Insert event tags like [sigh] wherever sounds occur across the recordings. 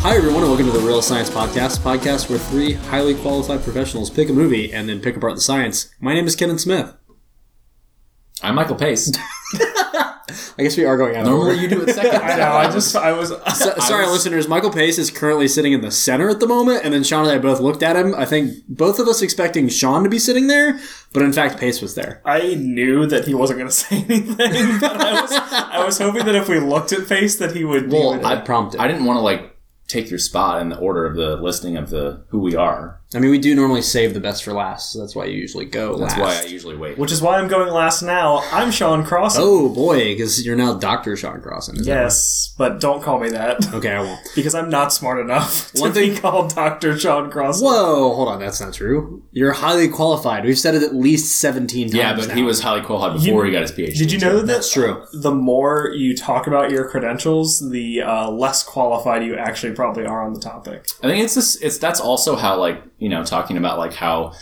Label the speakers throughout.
Speaker 1: Hi, everyone, and welcome to the Real Science Podcast, a podcast where three highly qualified professionals pick a movie and then pick apart the science. My name is Kenan Smith.
Speaker 2: I'm Michael [laughs] Pace.
Speaker 1: I guess we are going out of
Speaker 2: Normally
Speaker 1: order.
Speaker 2: you do it [laughs] second.
Speaker 3: I know. I just I was [laughs]
Speaker 1: So- sorry, listeners. Michael Pace is currently sitting in the center at the moment, and then Sean and I both looked at him. I think both of us expecting Sean to be sitting there, but in fact, Pace was there.
Speaker 3: I knew that he wasn't going to [laughs] say anything. But I was I was hoping that if we looked at Pace, that he would. he would-
Speaker 2: Well,
Speaker 1: I
Speaker 2: I,
Speaker 1: prompted.
Speaker 2: I didn't want to like take your spot in the order of the listing of the who we are.
Speaker 1: I mean, we do normally save the best for last, so that's why you usually go
Speaker 2: That's
Speaker 1: last.
Speaker 2: why I usually wait.
Speaker 3: which is why I'm going last now. I'm Sean Cross.
Speaker 1: oh boy, because you're now Doctor Sean Crossan. is that
Speaker 3: Yes, but don't call me that
Speaker 1: right? Okay, I won't.
Speaker 3: because I'm not smart enough [laughs] to
Speaker 1: One
Speaker 3: be
Speaker 1: thing-
Speaker 3: called Doctor Sean Cross.
Speaker 1: Whoa, hold on, that's not true. You're highly qualified. We've said it at least 17 times.
Speaker 2: yeah, but he
Speaker 1: now.
Speaker 2: was highly qualified before he
Speaker 3: You-
Speaker 2: got his PhD.
Speaker 3: Did you know that
Speaker 1: That's true.
Speaker 3: the more you talk about your credentials, the uh, less qualified you actually probably are on the topic.
Speaker 2: I think it's this. It's that's also how like you know talking about like how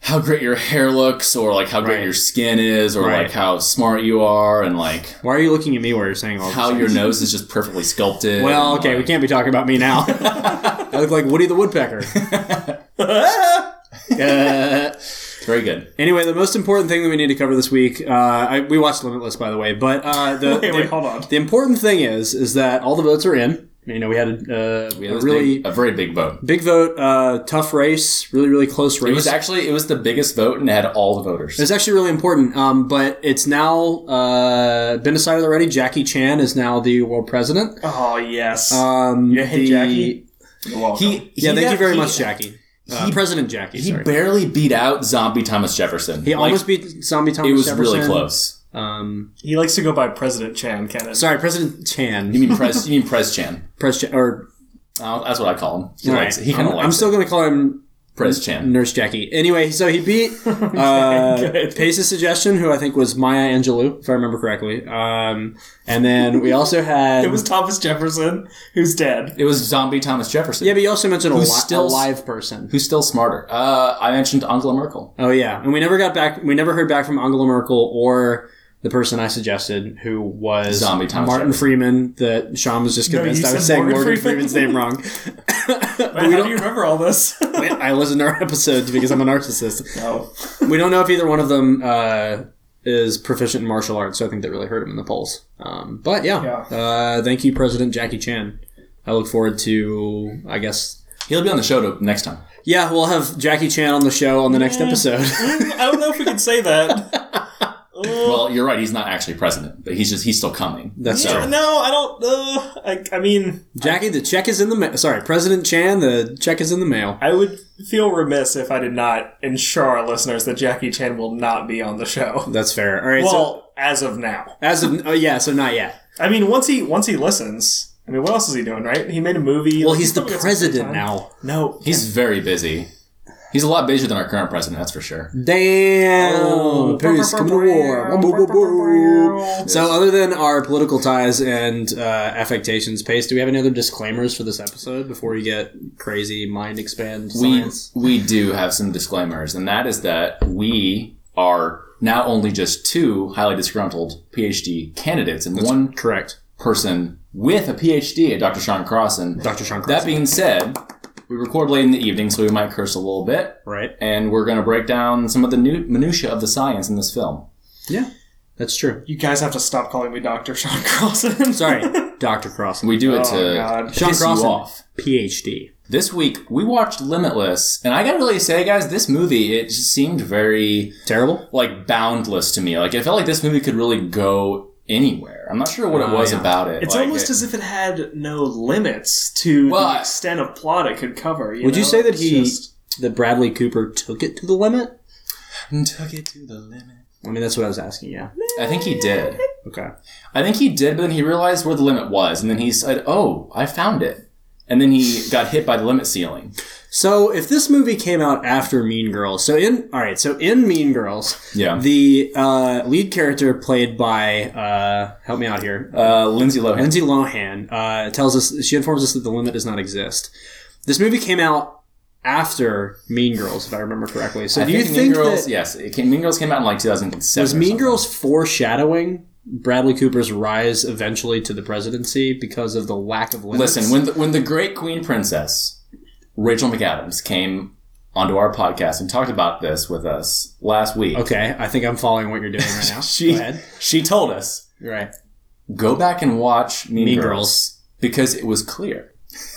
Speaker 2: how great your hair looks or like how great
Speaker 1: Right.
Speaker 2: your skin is or
Speaker 1: Right.
Speaker 2: like how smart you are and [laughs] like
Speaker 1: Why are you looking at me while you're saying all this?
Speaker 2: how
Speaker 1: [laughs]
Speaker 2: your nose is just perfectly sculpted.
Speaker 1: Well,
Speaker 2: and,
Speaker 1: okay, we
Speaker 2: like-
Speaker 1: can't be talking about me now. I look like Woody the Woodpecker. [laughs] Uh,
Speaker 2: Very good.
Speaker 1: anyway, the most important thing that we need to cover this week, uh, I, we watched Limitless, by the way, but uh, the,
Speaker 3: Wait,
Speaker 1: the-
Speaker 3: wait, hold on.
Speaker 1: the important thing is is that all the votes are in. You know, we had a, uh,
Speaker 2: We
Speaker 1: a
Speaker 2: had this
Speaker 1: really
Speaker 2: big, a very big vote.
Speaker 1: big vote, uh, tough race, really, really close race.
Speaker 2: It was actually it was the biggest vote and it had all the voters.
Speaker 1: It's actually really important, um, but it's now uh, been decided already. Jackie Chan is now the world president.
Speaker 3: Oh yes.
Speaker 1: Um,
Speaker 3: Yeah, hey,
Speaker 1: the-
Speaker 3: Jackie. You're welcome.
Speaker 2: He, he
Speaker 1: Yeah, thank
Speaker 2: got-
Speaker 1: you very
Speaker 2: he-
Speaker 1: much, Jackie. Uh, president Jackie.
Speaker 2: He
Speaker 1: sorry.
Speaker 2: barely beat out zombie Thomas Jefferson.
Speaker 1: He
Speaker 2: Like,
Speaker 1: almost beat Zombie Thomas.
Speaker 2: It was really
Speaker 1: Jefferson.
Speaker 2: close.
Speaker 1: Um,
Speaker 3: He likes to go by President Chan Kennan.
Speaker 1: sorry, President Chan.
Speaker 2: You mean Pres? you mean Pres Chan?
Speaker 1: Pres Chan or
Speaker 2: Uh, that's what I call him. He
Speaker 1: all
Speaker 2: likes.
Speaker 1: right.
Speaker 2: It. He kind of
Speaker 1: I'm,
Speaker 2: likes.
Speaker 1: I'm
Speaker 2: it.
Speaker 1: still going to call him
Speaker 2: Pres Chan.
Speaker 1: Nurse Jackie. Anyway, so he beat uh,
Speaker 3: good.
Speaker 1: Pace's suggestion, who I think was Maya Angelou, if I remember correctly. Um, and then we also had
Speaker 3: It was Thomas Jefferson, who's dead.
Speaker 2: It was zombie Thomas Jefferson.
Speaker 1: yeah, but you also mentioned a, li-
Speaker 2: Who's
Speaker 1: a
Speaker 2: still-
Speaker 1: live person.
Speaker 2: Who's still smarter? Uh, I mentioned Angela Merkel.
Speaker 1: Oh yeah, and we never got back. We never heard back from Angela Merkel or the person I suggested, who was
Speaker 2: Zombie Thomas
Speaker 1: Martin
Speaker 2: Jefferson.
Speaker 1: Freeman. That Sean was just
Speaker 3: No, you
Speaker 1: convinced I was
Speaker 3: said
Speaker 1: saying
Speaker 3: Morgan
Speaker 1: Morgan
Speaker 3: Freeman.
Speaker 1: Freeman's name
Speaker 3: [laughs]
Speaker 1: wrong.
Speaker 3: Wait, how do you remember all
Speaker 1: [laughs]
Speaker 3: this?
Speaker 1: I listen to our episodes because I'm a narcissist.
Speaker 3: no.
Speaker 1: We don't know if either one of them uh, is proficient in martial arts, so I think that really hurt him in the polls. Um, but yeah,
Speaker 3: Yeah.
Speaker 1: Uh, thank you, President Jackie Chan. I look forward to, I guess,
Speaker 2: He'll be on the show to, next time.
Speaker 1: yeah, we'll have Jackie Chan on the show on the next episode.
Speaker 3: [laughs] I don't know if we can say that.
Speaker 1: [laughs]
Speaker 2: Well, you're right. He's not actually president, but he's just he's still coming.
Speaker 1: That's
Speaker 2: so.
Speaker 1: true.
Speaker 3: No, I don't. Uh, I, I mean,
Speaker 1: Jackie, the check is in the ma- sorry, President Chan, the check is in the mail.
Speaker 3: I would feel remiss if I did not ensure our listeners that Jackie Chan will not be on
Speaker 1: [laughs]
Speaker 3: the show.
Speaker 1: That's fair. All right. so
Speaker 3: Well, as of now.
Speaker 1: as of oh yeah, so not yet.
Speaker 3: I mean, once he once he listens. I mean, what else is he doing? Right? He made a movie.
Speaker 1: Well,
Speaker 2: [laughs]
Speaker 3: Like,
Speaker 1: he's the
Speaker 3: probably got some free
Speaker 1: president
Speaker 3: time.
Speaker 1: now.
Speaker 3: No,
Speaker 2: He's very busy. He's a lot busier than our current president. That's for sure.
Speaker 1: Damn,
Speaker 2: Oh.
Speaker 1: Paris coming to war. Boom, boom, boom, boom. So, other than our political ties and uh, affectations, Pace, do we have any other disclaimers for this episode before we get crazy mind expand
Speaker 2: we
Speaker 1: science?
Speaker 2: we do have some disclaimers, and that is that we are now only just two highly disgruntled PhD candidates and one
Speaker 1: Correct,
Speaker 2: person with a PhD at Dr. Sean Crossan.
Speaker 1: Dr. Sean. Crossan.
Speaker 2: That being said, we record late in the evening, so we might curse a little bit,
Speaker 1: right.
Speaker 2: and we're going to break down some of the new minutia of the science in this film.
Speaker 1: Yeah, that's true.
Speaker 3: you guys have to stop calling me Doctor Sean
Speaker 1: [laughs]
Speaker 2: [laughs]
Speaker 3: Crossan.
Speaker 1: Sorry, Doctor Crossan,
Speaker 2: We do it
Speaker 3: Oh,
Speaker 2: to
Speaker 3: God.
Speaker 1: Sean
Speaker 2: piss you
Speaker 1: Crossan.
Speaker 2: off.
Speaker 1: PhD.
Speaker 2: This week we watched Limitless, and I gotta really say, guys, this movie it just seemed very
Speaker 1: Terrible.
Speaker 2: like boundless to me. Like it felt like this movie could really go anywhere. I'm not sure what it
Speaker 1: Ah,
Speaker 2: was
Speaker 1: yeah.
Speaker 2: about it.
Speaker 3: [laughs] It's
Speaker 2: Like,
Speaker 3: almost
Speaker 2: it-
Speaker 3: as if it had no limits to
Speaker 2: Well,
Speaker 3: the
Speaker 2: I-
Speaker 3: extent of plot it could cover.
Speaker 1: Would you
Speaker 3: know?
Speaker 1: say that
Speaker 3: It's
Speaker 1: he,
Speaker 3: just-
Speaker 1: that Bradley Cooper, took it to the limit?
Speaker 2: took it to the limit.
Speaker 1: I mean, that's what I was asking. Yeah.
Speaker 2: I think he did.
Speaker 1: Okay.
Speaker 2: I think he did, but then he realized where the limit was, and then he said, "Oh, I found it." and then he got hit by the limit ceiling.
Speaker 1: So if this movie came out after Mean Girls, so in all right, so in Mean Girls,
Speaker 2: Yeah.
Speaker 1: the uh, lead character played by uh, help me out here,
Speaker 2: Uh, Lindsay Lohan.
Speaker 1: Lindsay Lohan uh, tells us she informs us that the limit does not exist. This movie came out after Mean Girls, if I remember correctly. So
Speaker 2: I
Speaker 1: do you
Speaker 2: Mean
Speaker 1: think
Speaker 2: Girls?
Speaker 1: that
Speaker 2: yes, it came, Mean Girls came out in like 2007.
Speaker 1: was
Speaker 2: or
Speaker 1: Mean
Speaker 2: something.
Speaker 1: Girls foreshadowing Bradley Cooper's rise eventually to the presidency because of the lack of limits?
Speaker 2: Listen, when the, when the great queen princess Rachel McAdams came onto our podcast and talked about this with us last week,
Speaker 1: okay, I think I'm following what you're doing
Speaker 2: [laughs]
Speaker 1: right now.
Speaker 2: she
Speaker 1: Go ahead.
Speaker 2: she told us
Speaker 1: You're right.
Speaker 2: go back and watch Mean,
Speaker 1: Mean
Speaker 2: Girls,
Speaker 1: Girls.
Speaker 2: because it was clear.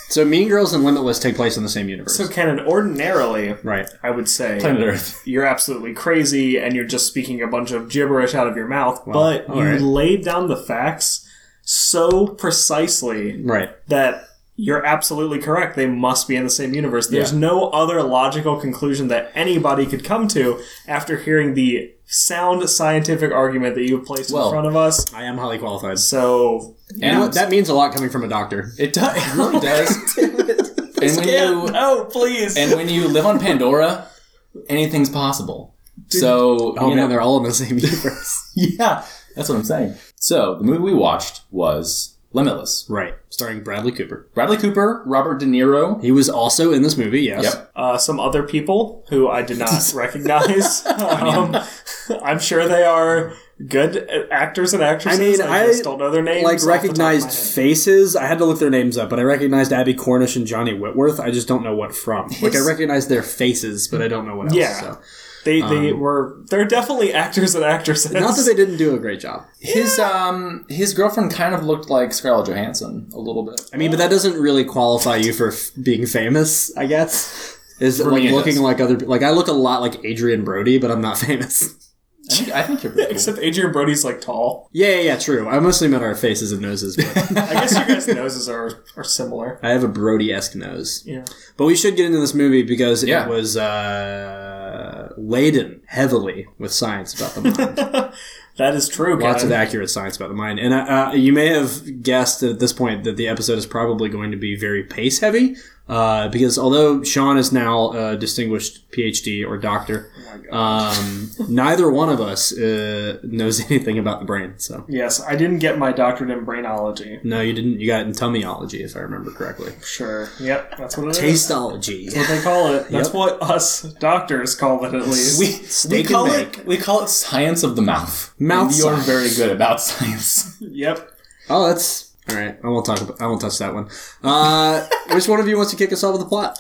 Speaker 1: So Mean Girls and Limitless take place in the same universe.
Speaker 3: So, Kenan, ordinarily,
Speaker 1: right.
Speaker 3: I would say
Speaker 2: Planet Earth.
Speaker 3: you're absolutely crazy and you're just speaking a bunch of gibberish out of your mouth, but
Speaker 1: all
Speaker 3: you
Speaker 1: right.
Speaker 3: laid down the facts so precisely
Speaker 1: Right.
Speaker 3: that you're absolutely correct. They must be in the same universe. There's
Speaker 2: Yeah.
Speaker 3: no other logical conclusion that anybody could come to after hearing the sound scientific argument that you've placed
Speaker 2: Well-
Speaker 3: in front of us.
Speaker 1: I am highly qualified.
Speaker 3: So,
Speaker 1: You know
Speaker 2: And
Speaker 1: what? That means a lot coming from a doctor.
Speaker 2: it does.
Speaker 1: [laughs]
Speaker 2: It really does. and when you
Speaker 3: no, please.
Speaker 2: and when you live on Pandora, anything's possible. So
Speaker 1: Oh
Speaker 2: you
Speaker 1: man,
Speaker 2: know,
Speaker 1: they're all in the same [laughs] universe.
Speaker 2: [laughs] yeah, that's what I'm saying. So the movie we watched was Limitless.
Speaker 1: right. Starring Bradley Cooper.
Speaker 2: Bradley Cooper, Robert De Niro.
Speaker 1: He was also in this movie, yes.
Speaker 2: Yep.
Speaker 3: uh, some other people who I
Speaker 1: [laughs]
Speaker 3: did not recognize. Um, I'm sure they are good actors and actresses.
Speaker 1: I mean,
Speaker 3: I just
Speaker 1: I,
Speaker 3: don't know their names. off
Speaker 1: Like
Speaker 3: the top of my
Speaker 1: recognized
Speaker 3: head.
Speaker 1: faces. I had to look their names up, but I recognized Abby Cornish and Johnny Whitworth. I just don't know what from. Like I recognize their faces, but I don't know what else.
Speaker 3: Yeah.
Speaker 1: So.
Speaker 3: They they
Speaker 1: Um,
Speaker 3: were they're definitely actors and actresses.
Speaker 1: Not that they didn't do a great job.
Speaker 2: His um his girlfriend kind of looked like Scarlett Johansson a little bit.
Speaker 1: I mean, but that doesn't really qualify you for f- being famous, I guess. Is it,
Speaker 2: For
Speaker 1: like
Speaker 2: me, it
Speaker 1: looking
Speaker 2: does.
Speaker 1: like other like I look a lot like Adrian Brody, but I'm not [laughs] famous.
Speaker 2: I think, I think you're pretty cool.
Speaker 3: [laughs] Except Adrian Brody's like tall.
Speaker 1: Yeah, yeah, yeah, true. I mostly met our faces and noses,
Speaker 3: [laughs]
Speaker 1: but
Speaker 3: I guess you guys' noses are are similar.
Speaker 1: I have a Brody esque nose.
Speaker 3: Yeah.
Speaker 1: But we should get into this movie because
Speaker 2: Yeah.
Speaker 1: it was uh, laden heavily with science about the mind.
Speaker 3: That is true.
Speaker 1: Lots of
Speaker 3: Kevin.
Speaker 1: accurate science about the mind. And uh, uh, you may have guessed at this point that the episode is probably going to be very pace heavy uh, because although Sean is now a distinguished PhD or doctor,
Speaker 2: Oh [laughs]
Speaker 1: um, neither one of us uh, knows [laughs] anything about the brain. So.
Speaker 3: Yes, I didn't get my doctorate in brainology.
Speaker 1: No, you didn't. You got it in tummyology, if I remember correctly.
Speaker 3: Sure. Yep, that's what it is.
Speaker 1: Tasteology. [laughs]
Speaker 3: What they call it. That's
Speaker 1: Yep.
Speaker 3: what us doctors
Speaker 1: [laughs]
Speaker 3: call it, at least.
Speaker 2: We, we
Speaker 1: Steak
Speaker 2: call
Speaker 1: and
Speaker 2: it we call it science of the mouth.
Speaker 1: Mouth
Speaker 2: And You're
Speaker 1: science.
Speaker 2: very good about science. [laughs]
Speaker 3: yep.
Speaker 1: Oh, that's all right. I won't talk. About, I won't touch that one.
Speaker 2: [laughs]
Speaker 1: Uh, which one of you wants to kick us off with the plot?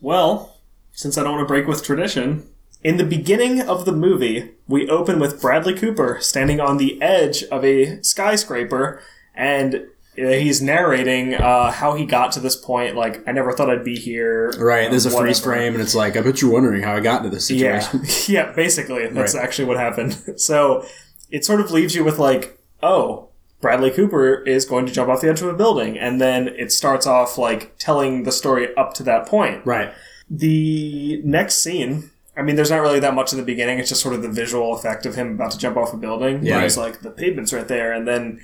Speaker 3: Well, since I don't want to break with tradition, in the beginning of the movie, we open with Bradley Cooper standing on the edge of a skyscraper and uh, he's narrating uh, how he got to this point. Like, I never thought I'd be here. Um,
Speaker 1: Right. There's a
Speaker 3: Whatever.
Speaker 1: freeze frame, and it's like, I bet you're wondering how I got into this
Speaker 3: Yeah.
Speaker 1: situation.
Speaker 3: [laughs] yeah, basically. That's actually what happened. [laughs] So it sort of leaves you with, like, oh, Bradley Cooper is going to jump off the edge of a building. And then it starts off, like, telling the story up to that point.
Speaker 1: Right.
Speaker 3: The next scene, I mean, there's not really that much in the beginning. It's just sort of the visual effect of him about to jump off a building.
Speaker 1: Yeah.
Speaker 3: It's like the pavement's right there. And then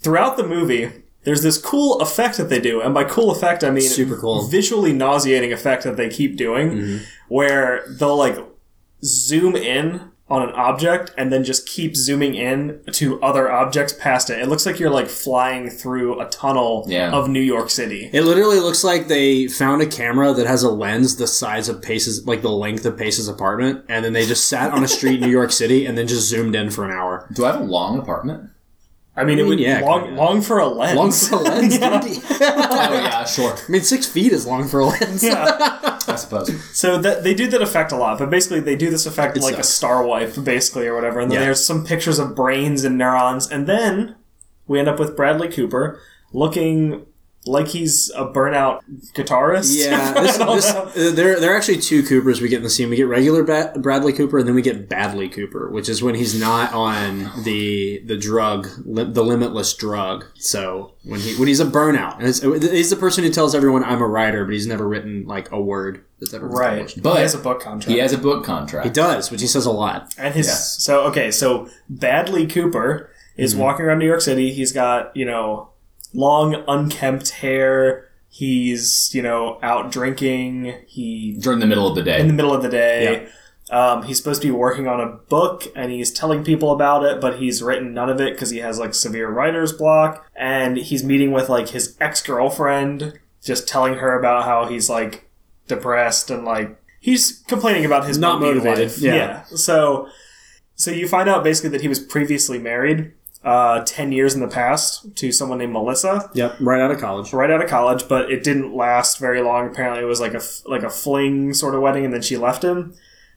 Speaker 3: throughout the movie, there's this cool effect that they do. And by cool effect, I mean
Speaker 1: Super cool. Mm-hmm.
Speaker 3: visually nauseating effect that they keep doing where they'll like zoom in on an object and then just keep zooming in to other objects past it. It looks like you're like flying through a tunnel
Speaker 2: Yeah.
Speaker 3: of New York City.
Speaker 1: It literally looks like they found a camera that has a lens the size of Pace's, like the length of Pace's apartment, and then they just sat on a street in New York City and then just zoomed in for an [laughs] hour.
Speaker 2: Do I have a long apartment?
Speaker 3: I mean, it
Speaker 1: mean,
Speaker 3: would
Speaker 1: yeah,
Speaker 3: long,
Speaker 1: kinda.
Speaker 3: long for a lens.
Speaker 1: Long for a [laughs] lens, dude.
Speaker 2: Oh yeah, sure.
Speaker 1: I mean, six feet is long for a lens.
Speaker 2: I suppose.
Speaker 3: So that they do that effect a lot, but basically they do this effect like
Speaker 1: sucks.
Speaker 3: a star wipe, basically or whatever. And then
Speaker 1: Yeah.
Speaker 3: there's some pictures of brains and neurons, and then we end up with Bradley Cooper looking like he's a burnout guitarist. [laughs]
Speaker 1: Yeah, this, this, uh, there, there are actually two Coopers we get in the scene. We get regular ba- Bradley Cooper, and then we get Badly Cooper, which is when he's not on the the drug, li- the limitless drug. So when he when he's a burnout, and it's, uh, he's the person who tells everyone I'm a writer, but he's never written like a word that's ever been
Speaker 3: right.
Speaker 1: published.
Speaker 2: But-
Speaker 3: he has a book contract.
Speaker 2: He has a book
Speaker 1: He
Speaker 2: contract.
Speaker 1: does, which he says a lot.
Speaker 3: And his
Speaker 2: Yes.
Speaker 3: so okay, so Badley Cooper
Speaker 1: Mm-hmm.
Speaker 3: is walking around New York City. He's got you know long unkempt hair. He's, you know, out drinking. He
Speaker 2: during the middle of the
Speaker 3: in
Speaker 2: day.
Speaker 3: the middle of the day. Um, he's supposed to be working on a book and he's telling people about it, but he's written none of it because he has like severe writer's block. And he's meeting with like his ex girlfriend, just telling her about how he's like depressed and like he's complaining about his
Speaker 1: Not
Speaker 3: movie
Speaker 1: motivated,
Speaker 3: life.
Speaker 1: yeah.
Speaker 3: So, so you find out basically that he was previously married uh, ten years in the past to someone named Melissa
Speaker 1: Yep, right out of college.
Speaker 3: right out of college, but it didn't last very long. Apparently, it was like a f- like a fling sort of wedding, and then she left him.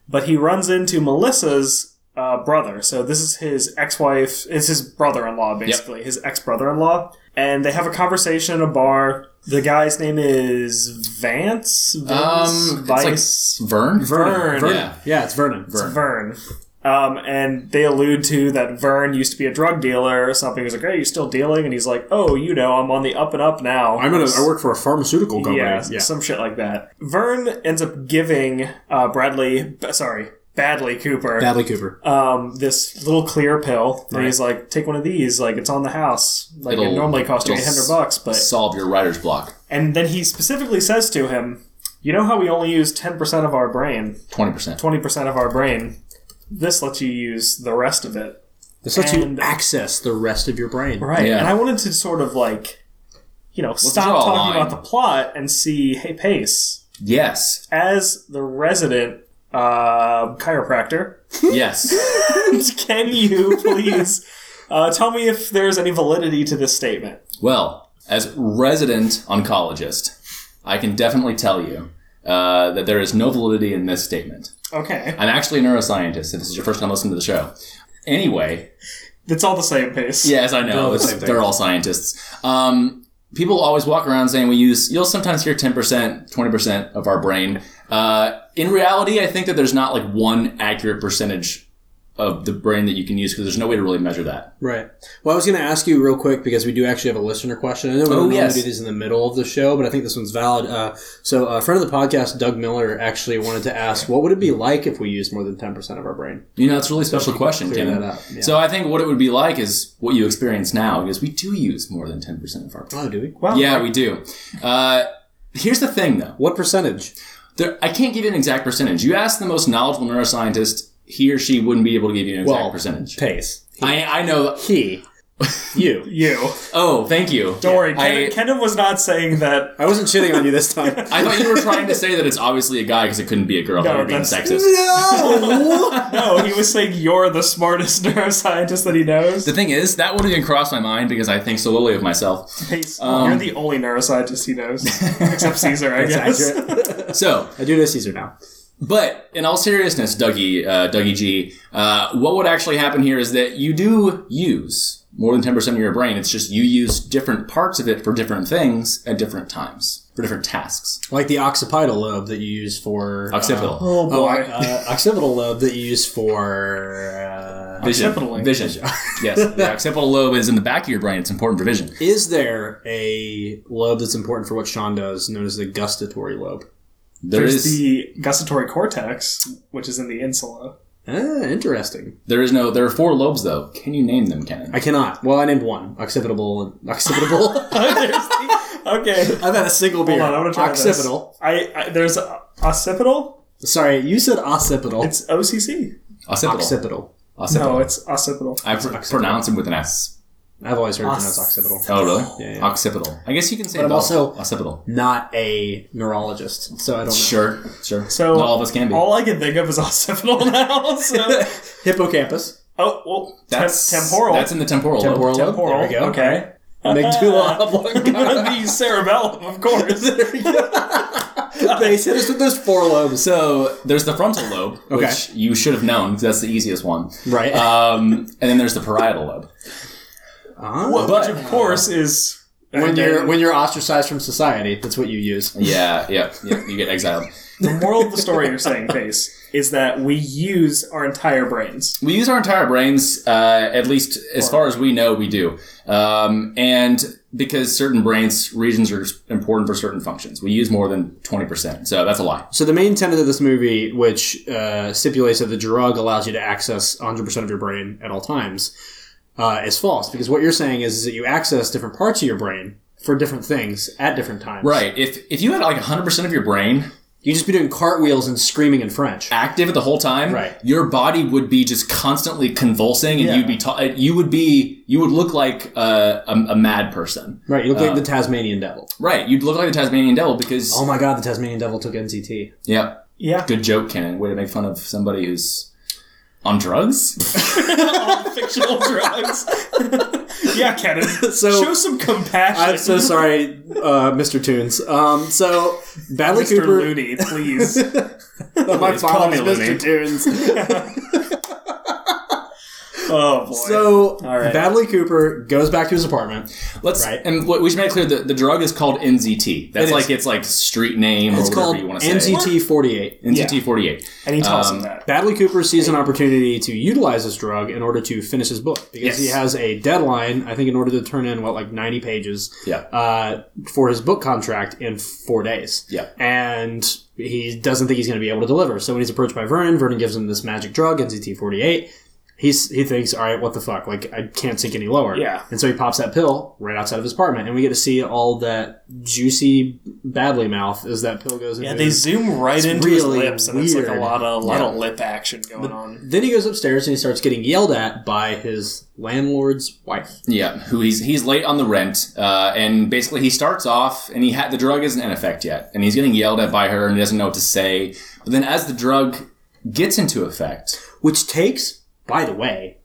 Speaker 3: But he runs into Melissa's uh, brother. So this is his ex-wife. It's his brother-in-law, basically his ex-brother-in-law, and they have a conversation in a bar. The guy's name is Vance. Vince?
Speaker 2: Um,
Speaker 3: Vice.
Speaker 2: it's like Vern.
Speaker 3: Vern.
Speaker 1: Vernon.
Speaker 2: Yeah.
Speaker 1: yeah, it's Vernon.
Speaker 2: Vern.
Speaker 3: Vern. Um, and they allude to that Vern used to be a drug dealer or something. He's like, "Hey, you still dealing?" And he's like, "Oh, you know, I'm on the up and up now.
Speaker 1: I'm gonna. I work for a pharmaceutical company.
Speaker 3: Yeah,
Speaker 1: Yeah,
Speaker 3: some shit like that. Vern ends up giving uh, Bradley, b- sorry, Badley Cooper,
Speaker 1: Bradley Cooper.
Speaker 3: um, this little clear pill, and
Speaker 1: Right.
Speaker 3: he's like, "Take one of these. Like, it's on the house. Like, it
Speaker 2: It'll-
Speaker 3: normally costs you
Speaker 2: it'll
Speaker 3: eight hundred bucks, but."
Speaker 2: Solve your writer's block.
Speaker 3: And then he specifically says to him, "You know how we only use ten percent of our brain,
Speaker 2: Twenty percent.
Speaker 3: twenty percent of our brain. This lets you use the rest of it."
Speaker 1: this lets
Speaker 3: and-
Speaker 1: you access the rest of your brain.
Speaker 3: Right.
Speaker 2: Yeah.
Speaker 3: And I wanted to sort of like, you know, stop
Speaker 2: draw a
Speaker 3: talking
Speaker 2: line.
Speaker 3: about the plot and see, hey, Pace,
Speaker 2: Yes.
Speaker 3: as the resident uh, chiropractor, [laughs]
Speaker 2: Yes.
Speaker 3: can you
Speaker 2: [laughs]
Speaker 3: please uh, tell me if there's any validity to this statement?
Speaker 2: well, as resident oncologist, I can definitely tell you uh, that there is no validity in this statement.
Speaker 3: Okay,
Speaker 2: I'm actually a neuroscientist, and this is your first time listening to the show. Anyway,
Speaker 3: it's all the same pace.
Speaker 2: Yes, I know.
Speaker 1: the
Speaker 2: It's-
Speaker 1: same thing.
Speaker 2: they're all scientists. Um, people always walk around saying we use. You'll sometimes hear ten percent, twenty percent of our brain. Uh, in reality, I think that there's not like one accurate percentage of the brain that you can use because there's no way to really measure that.
Speaker 1: Right. Well, I was going to ask you real quick because we do actually have a listener question. I know we don't normally
Speaker 2: yes.
Speaker 1: do these in the middle of the show, but I think this one's valid. Uh, so, a friend of the podcast, Doug Miller, actually wanted to ask, what would it be like if we used more than ten percent of our brain?
Speaker 2: You know, it's a really special question,
Speaker 1: Clear
Speaker 2: Kevin.
Speaker 1: that up, yeah.
Speaker 2: So I think what it would be like is what you experience now because we do use more than ten percent of our brain.
Speaker 1: Oh, do we?
Speaker 3: Well,
Speaker 2: Yeah, we do. Uh, here's the thing, though.
Speaker 1: What percentage?
Speaker 2: There, I can't give you an exact percentage. You ask the most knowledgeable neuroscientist, he or she wouldn't be able to give you an exact
Speaker 1: Well,
Speaker 2: percentage.
Speaker 1: Pace.
Speaker 2: I, I know.
Speaker 1: He. You.
Speaker 3: you.
Speaker 2: Oh, thank you.
Speaker 3: Don't worry,
Speaker 2: I,
Speaker 3: Ken- Kendall was not
Speaker 2: [laughs]
Speaker 3: saying that.
Speaker 1: I wasn't shitting on you this [laughs] time.
Speaker 2: I thought you were trying to say that it's obviously a guy because it couldn't be a girl.
Speaker 3: No,
Speaker 2: No, being
Speaker 3: that's-
Speaker 2: sexist.
Speaker 1: [laughs] no.
Speaker 3: No, he was saying you're the smartest [laughs] neuroscientist that he knows.
Speaker 2: The thing is, that wouldn't even cross my mind because I think so lowly of myself.
Speaker 3: Pace,
Speaker 2: Um,
Speaker 3: you're the only neuroscientist he knows,
Speaker 2: [laughs]
Speaker 3: except Caesar, I
Speaker 1: That's
Speaker 3: guess.
Speaker 1: accurate.
Speaker 2: So,
Speaker 1: I do know Caesar now.
Speaker 2: but in all seriousness, Dougie, uh, Dougie G, uh, what would actually happen here is that you do use more than ten percent of your brain. It's just you use different parts of it for different things at different times for different tasks.
Speaker 1: Like the occipital lobe that you use for uh,
Speaker 2: Occipital.
Speaker 3: Oh
Speaker 1: Oh,
Speaker 3: boy.
Speaker 1: uh, occipital lobe that you use for. Uh,
Speaker 2: Vision.
Speaker 3: Occipital.
Speaker 2: Vision. yes. The occipital lobe is in the back of your brain. It's important for vision.
Speaker 1: Is there a lobe that's important for what Sean does, known as the gustatory lobe?
Speaker 2: There
Speaker 3: There's
Speaker 2: is-
Speaker 3: the gustatory cortex, which is in the
Speaker 2: [laughs]
Speaker 3: insula. [laughs]
Speaker 1: Ah, interesting.
Speaker 2: There is no. There are four lobes, though. Can you name them, Kenan?
Speaker 1: I cannot. Well, I named one. Occipital and
Speaker 3: [laughs]
Speaker 1: occipital.
Speaker 2: [laughs] Um,
Speaker 3: Okay.
Speaker 1: I've had a single beer.
Speaker 3: Hold on, I want to try this.
Speaker 1: occipital.
Speaker 3: I, I there's a, occipital.
Speaker 1: Sorry, you said occipital.
Speaker 3: It's OCC.
Speaker 2: Occipital.
Speaker 1: occipital.
Speaker 2: Occipital.
Speaker 3: No, it's occipital.
Speaker 2: I pr- pronounce them with an S.
Speaker 1: I've always heard it pronounced occipital.
Speaker 2: Oh, really?
Speaker 1: Yeah, yeah.
Speaker 2: Occipital. I guess you can say
Speaker 1: But I'm
Speaker 2: both.
Speaker 1: also-
Speaker 2: occipital.
Speaker 1: Not a neurologist, so I don't know.
Speaker 2: Sure, sure.
Speaker 3: So
Speaker 2: not all of us can be.
Speaker 3: All I can think of is [laughs] occipital now. So
Speaker 1: [laughs] Hippocampus.
Speaker 3: oh well, tem-
Speaker 2: that's
Speaker 3: temporal.
Speaker 2: That's in the temporal. lobe.
Speaker 1: Temporal lobe.
Speaker 3: [laughs] temporal.
Speaker 1: There we go.
Speaker 3: Okay. [laughs]
Speaker 1: Amygdala [laughs] oblongata.
Speaker 3: the cerebellum, of course.
Speaker 1: they hit us with those four lobes.
Speaker 2: [laughs] So there's the frontal lobe, which you should have known. 'cause That's the easiest one.
Speaker 1: Right.
Speaker 3: Uh,
Speaker 2: Um, and then there's the parietal lobe.
Speaker 1: Ah.
Speaker 3: Which of course is
Speaker 1: when you're when you're ostracized from society, that's what you use.
Speaker 2: Yeah, yeah, yeah. You get exiled.
Speaker 3: the moral of the story you're saying, Pace, is that we use our entire brains.
Speaker 2: We use our entire brains, uh, at least as far as we know, we do. Um, and because certain brains regions are important for certain functions, we use more than 20%. So that's a lie.
Speaker 1: So the main tenet of this movie, which uh, stipulates that the drug allows you to access 100% of your brain at all times, uh, is false. Because what you're saying is, is that you access different parts of your brain for different things at different times.
Speaker 2: Right. If if you had like 100% of your brain
Speaker 1: You just be doing cartwheels and screaming in French.
Speaker 2: active the whole time,
Speaker 1: Right.
Speaker 2: your body would be just constantly convulsing, and
Speaker 1: Yeah.
Speaker 2: you'd be ta- you would be you would look like uh, a, a mad person.
Speaker 1: Right. You look like the Tasmanian devil.
Speaker 2: Right. You'd look like the Tasmanian devil because
Speaker 1: Uh. Oh my god, the Tasmanian devil took NCT.
Speaker 2: yeah,
Speaker 3: Yeah.
Speaker 2: good joke, Kenan. Way to make fun of somebody who's on drugs.
Speaker 3: [laughs] Fictional drugs. [laughs] yeah, Kevin.
Speaker 1: So-
Speaker 3: show some compassion.
Speaker 1: I'm so
Speaker 3: [laughs]
Speaker 1: sorry, uh, Mr. Toons. Um, so Bradley
Speaker 3: Mr.
Speaker 1: Cooper.
Speaker 3: Looney, please.
Speaker 1: my
Speaker 3: call
Speaker 1: father
Speaker 3: me
Speaker 1: is
Speaker 3: Looney.
Speaker 1: Mr. Toons.
Speaker 3: [laughs] oh boy.
Speaker 1: So
Speaker 3: All right.
Speaker 1: Bradley Cooper goes back to his apartment.
Speaker 2: Let's
Speaker 1: Right.
Speaker 2: and what- we should make clear that the drug is called NZT. That's
Speaker 1: It is.
Speaker 2: like its like street name
Speaker 1: It's
Speaker 2: or whatever
Speaker 1: called
Speaker 2: you want to say.
Speaker 1: NZT forty eight.
Speaker 2: NZT forty eight.
Speaker 3: and he tells
Speaker 2: um,
Speaker 3: him that.
Speaker 1: Bradley Cooper sees an opportunity to utilize this drug in order to finish his book because
Speaker 2: Yes.
Speaker 1: he has a deadline, I think, in order to turn in what like ninety pages,
Speaker 2: Yeah.
Speaker 1: uh, for his book contract in four days,
Speaker 2: Yeah.
Speaker 1: and he doesn't think he's going to be able to deliver. So when he's approached by Vernon, Vernon gives him this magic drug, NCT forty eight. He's, he thinks, all right, what the fuck? Like, I can't sink any lower.
Speaker 3: Yeah.
Speaker 1: And so he pops that pill right outside of his apartment, and we get to see all that juicy badly mouth as that pill goes into
Speaker 3: Yeah,
Speaker 1: his
Speaker 3: they zoom right into
Speaker 1: really
Speaker 3: his lips, and it's like a
Speaker 1: weird.
Speaker 3: lot of a lot of lip action going on.
Speaker 1: Then he goes upstairs and he starts getting yelled at by his landlord's wife.
Speaker 2: Yeah, who he's he's late on the rent, uh, and basically he starts off, and he had the drug isn't in effect yet, and he's getting yelled at by her, and he doesn't know what to say. But then, as the drug gets into effect,
Speaker 1: Which takes, by the way,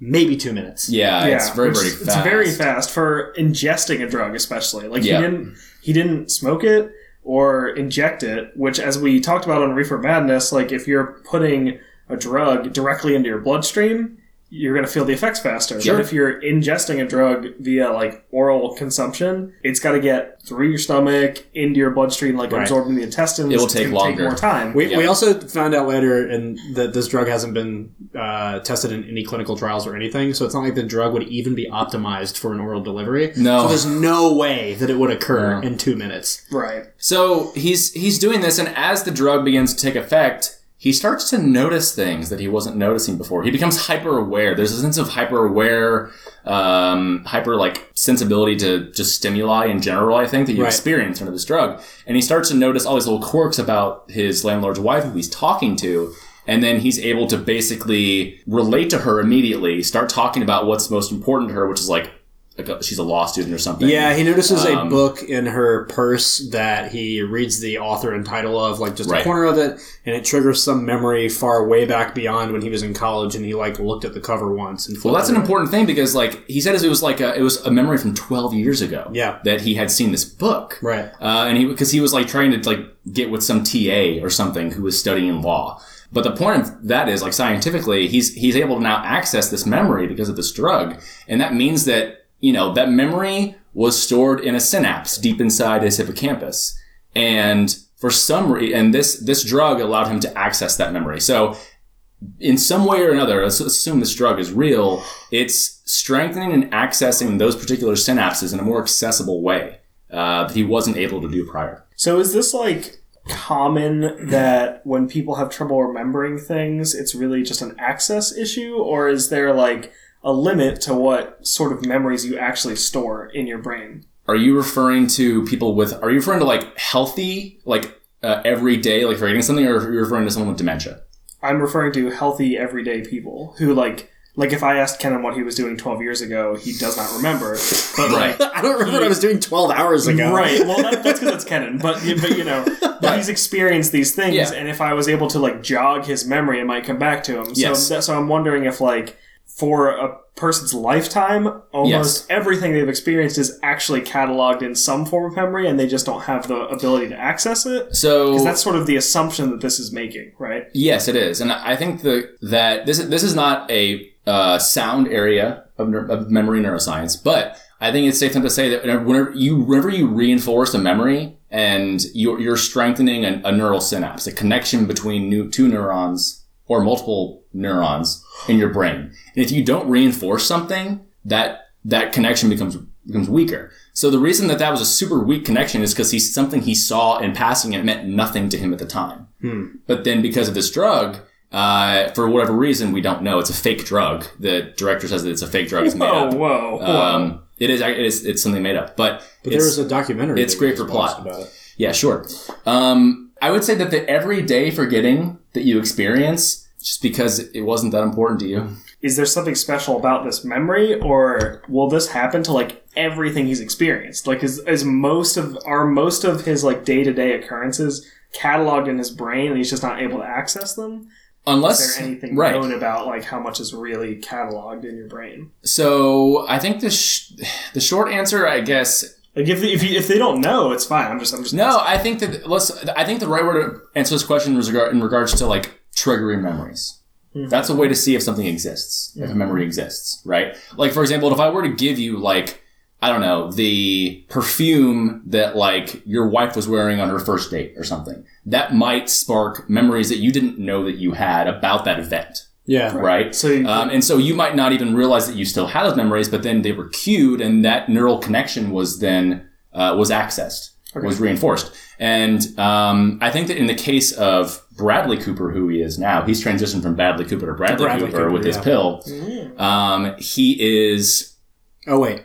Speaker 1: maybe two minutes.
Speaker 2: yeah, it's very
Speaker 3: which-
Speaker 2: very fast.
Speaker 3: It's very fast for ingesting a drug, especially. Like
Speaker 2: Yeah.
Speaker 3: he didn't he didn't smoke it or inject it, which, as we talked about on Reefer Madness, like if you're putting a drug directly into your bloodstream, you're gonna feel the effects faster.
Speaker 2: Sure.
Speaker 3: But if you're ingesting a drug via like oral consumption, it's got to get through your stomach into your bloodstream, like
Speaker 1: Right.
Speaker 3: absorbing the intestines.
Speaker 2: It will
Speaker 3: It's
Speaker 2: take
Speaker 3: gonna
Speaker 2: longer.
Speaker 3: more time.
Speaker 1: We, we
Speaker 2: Yeah.
Speaker 1: also found out later and that this drug hasn't been uh, tested in any clinical trials or anything, so it's not like the drug would even be optimized for an oral delivery.
Speaker 2: No.
Speaker 1: So there's no way that it would occur
Speaker 2: No.
Speaker 1: in two minutes.
Speaker 3: right.
Speaker 2: So he's he's doing this, and as the drug begins to take effect, he starts to notice things that he wasn't noticing before. He becomes hyper aware. There's a sense of hyper aware, um, hyper like sensibility to just stimuli in general. I think that you
Speaker 1: Right.
Speaker 2: experience under this drug, and he starts to notice all these little quirks about his landlord's wife who he's talking to. And then he's able to basically relate to her immediately, start talking about what's most important to her, which is like, like a, she's a law student or something.
Speaker 1: Yeah, he notices
Speaker 2: Um,
Speaker 1: a book in her purse that he reads the author and title of, like just a
Speaker 2: Right.
Speaker 1: corner of it, and it triggers some memory far way back beyond when he was in college and he like looked at the cover once and
Speaker 2: Well, that's an
Speaker 1: flipped it.
Speaker 2: important thing because, like he said, it was like a, it was a memory from twelve years ago.
Speaker 1: Yeah.
Speaker 2: that he had seen this book, [laughs]
Speaker 1: Right.
Speaker 2: Uh, and he because he was like trying to like get with some TA or something who was studying law. But the point of that is, like scientifically, he's he's able to now access this memory because of this drug, and that means that you know that memory was stored in a synapse deep inside his hippocampus, and for some reason, and this this drug allowed him to access that memory. So in some way or another, let's assume this drug is real, it's strengthening and accessing those particular synapses in a more accessible way uh, that he wasn't able to do prior.
Speaker 3: So is this like common that when people have trouble remembering things, it's really just an access issue, or is there like a limit to what sort of memories you actually store in your brain?
Speaker 2: Are you referring to people with, are you referring to like healthy, like uh, everyday, like forgetting something, or are you referring to someone with dementia?
Speaker 3: I'm referring to healthy everyday people who like like if I asked Kenan what he was doing 12 years ago, he does not remember. But like,
Speaker 1: I don't remember what I was doing 12 hours ago.
Speaker 3: Right.
Speaker 2: [laughs]
Speaker 3: Well, that, that's because it's Kenan, but but you know, but he's experienced these things,
Speaker 2: Yeah.
Speaker 3: and if I was able to like jog his memory, it might come back to him. So,
Speaker 2: Yes.
Speaker 3: that, so I'm wondering if like for a person's lifetime,
Speaker 2: Yes.
Speaker 3: almost everything they've experienced is actually cataloged in some form of memory, and they just don't have the ability to access it.
Speaker 2: So
Speaker 3: Because that's sort of the assumption that this is making, right?
Speaker 2: Yes, it is, and I think the that this this is not a uh, sound area of, neur- of memory neuroscience, but I think it's safe enough to say that whenever- whenever you whenever you reinforce a memory and you're, you're strengthening a, a neural synapse, a connection between new, two neurons or multiple neurons in your brain, and if you don't reinforce something, that that connection becomes becomes weaker. So the reason that that was a super weak connection is because he's something he saw in passing and it meant nothing to him at the time.
Speaker 1: Hmm.
Speaker 2: But then because of this drug, uh, for whatever reason, we don't know. It's a fake drug. The director says that it's a fake drug. It's made
Speaker 3: Oh,
Speaker 2: up.
Speaker 3: whoa, whoa.
Speaker 2: Um, It is. It is. It's something made up, but,
Speaker 1: But
Speaker 2: it's,
Speaker 1: there was a documentary.
Speaker 2: it's
Speaker 1: that
Speaker 2: great
Speaker 1: was
Speaker 2: for plot.
Speaker 1: watched About it.
Speaker 2: yeah, sure. Um, I would say that the everyday forgetting that you experience just because it wasn't that important to you.
Speaker 3: Is there something special about this memory, or will this happen to like everything he's experienced? Like, is is most of are most of his like day to day occurrences cataloged in his brain, and he's just not able to access them? Is
Speaker 2: Unless
Speaker 3: there anything
Speaker 2: right.
Speaker 3: known about like how much is really cataloged in your brain?
Speaker 2: So I think the sh- the short answer, I guess,
Speaker 3: Like, if if, you, if they don't know, it's fine. I'm just I'm just
Speaker 2: no. I think that let's. I think the right way to answer this question was regard, in regards to like triggering memories. That's a way to see if something exists, if a memory exists, right? Like for example, if I were to give you like I don't know the perfume that like your wife was wearing on her first date or something, that might spark memories that you didn't know that you had about that event,
Speaker 1: Yeah.
Speaker 2: right?
Speaker 3: So you-
Speaker 2: um, and so you might not even realize that you still had those memories, but then they were cued, and that neural connection was then uh, was accessed, was reinforced. And um, I think that in the case of Bradley Cooper, who he is now, he's transitioned from Bradley Cooper to Bradley,
Speaker 1: Bradley
Speaker 2: Cooper,
Speaker 1: Cooper,
Speaker 2: with his
Speaker 1: yeah.
Speaker 2: pill. Um, he is
Speaker 1: Oh wait,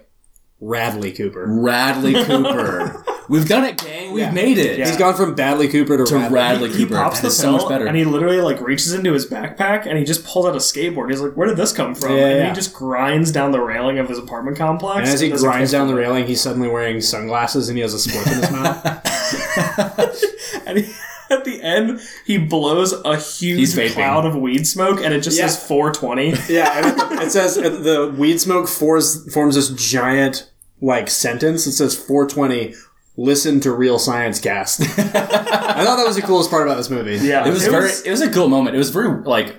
Speaker 1: Radley Cooper.
Speaker 2: Bradley Cooper. We've done it, gang. We've made it.
Speaker 1: He's gone from Badley Cooper to,
Speaker 2: To
Speaker 1: Radley.
Speaker 2: Radley
Speaker 3: He
Speaker 2: Cooper.
Speaker 3: pops
Speaker 2: That
Speaker 3: the
Speaker 2: is so much
Speaker 3: pill,
Speaker 2: better.
Speaker 3: and he literally like reaches into his backpack and he just pulls out a skateboard. He's like, "Where did this come from?"
Speaker 1: Yeah,
Speaker 3: and
Speaker 1: yeah.
Speaker 3: he just grinds down the railing of his apartment complex.
Speaker 1: And as he
Speaker 3: doesn't
Speaker 1: grinds
Speaker 3: care.
Speaker 1: down the railing, he's suddenly wearing sunglasses and he has a splint in his
Speaker 2: [laughs]
Speaker 1: mouth.
Speaker 3: and he, at the [laughs] end, he blows a
Speaker 2: He's
Speaker 3: huge
Speaker 2: vaping.
Speaker 3: cloud of weed smoke, and it just
Speaker 1: Yeah.
Speaker 3: says 420.
Speaker 1: [laughs] yeah, and it, it says uh, the weed smoke forms, forms this giant like sentence. It says 420. Listen to real science cast. [laughs] I thought that was the coolest part about this movie.
Speaker 3: yeah,
Speaker 2: it was very. It was a cool moment. It was very like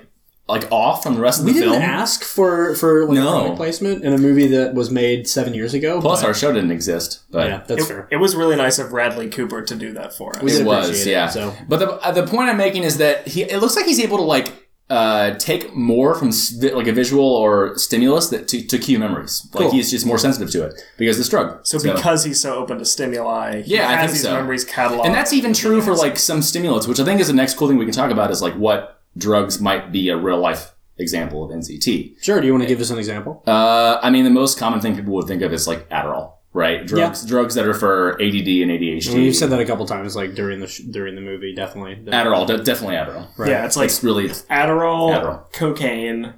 Speaker 2: like off from the rest of
Speaker 1: We
Speaker 2: the
Speaker 1: didn't
Speaker 2: film.
Speaker 1: ask for for like,
Speaker 2: No.
Speaker 1: product placement in a movie that was made seven years ago.
Speaker 2: Plus,
Speaker 1: but-
Speaker 2: our show didn't exist. But
Speaker 1: yeah, that's fair.
Speaker 3: It was really nice of Radley Cooper to do that for us.
Speaker 1: We
Speaker 2: it
Speaker 1: did
Speaker 2: was
Speaker 1: appreciate it,
Speaker 2: yeah
Speaker 1: so.
Speaker 2: but the, uh, the point i'm making is that he it looks like he's able to like uh, take more from s- vi- like a visual or stimulus that to, to cue memories like
Speaker 1: Cool.
Speaker 2: he's just more sensitive to it because of this drug
Speaker 3: so, because he's so open to stimuli, he
Speaker 2: Yeah, I
Speaker 3: has
Speaker 2: think
Speaker 3: these
Speaker 2: so.
Speaker 3: memories cataloged.
Speaker 2: and that's even true for like some stimulants which i think is the next cool thing we can talk about is like what drugs might be a real life example of nct
Speaker 1: Sure. Do you want to give us an example?
Speaker 2: uh, i mean the most common thing people would think of is like adderall right drugs drugs that are for add and adhd
Speaker 1: You've said that a couple times, like during the sh- during the movie, definitely.
Speaker 2: adderall de- definitely adderall right
Speaker 3: yeah, it's like
Speaker 2: it's really
Speaker 3: Adderall,
Speaker 2: Adderall.
Speaker 3: cocaine,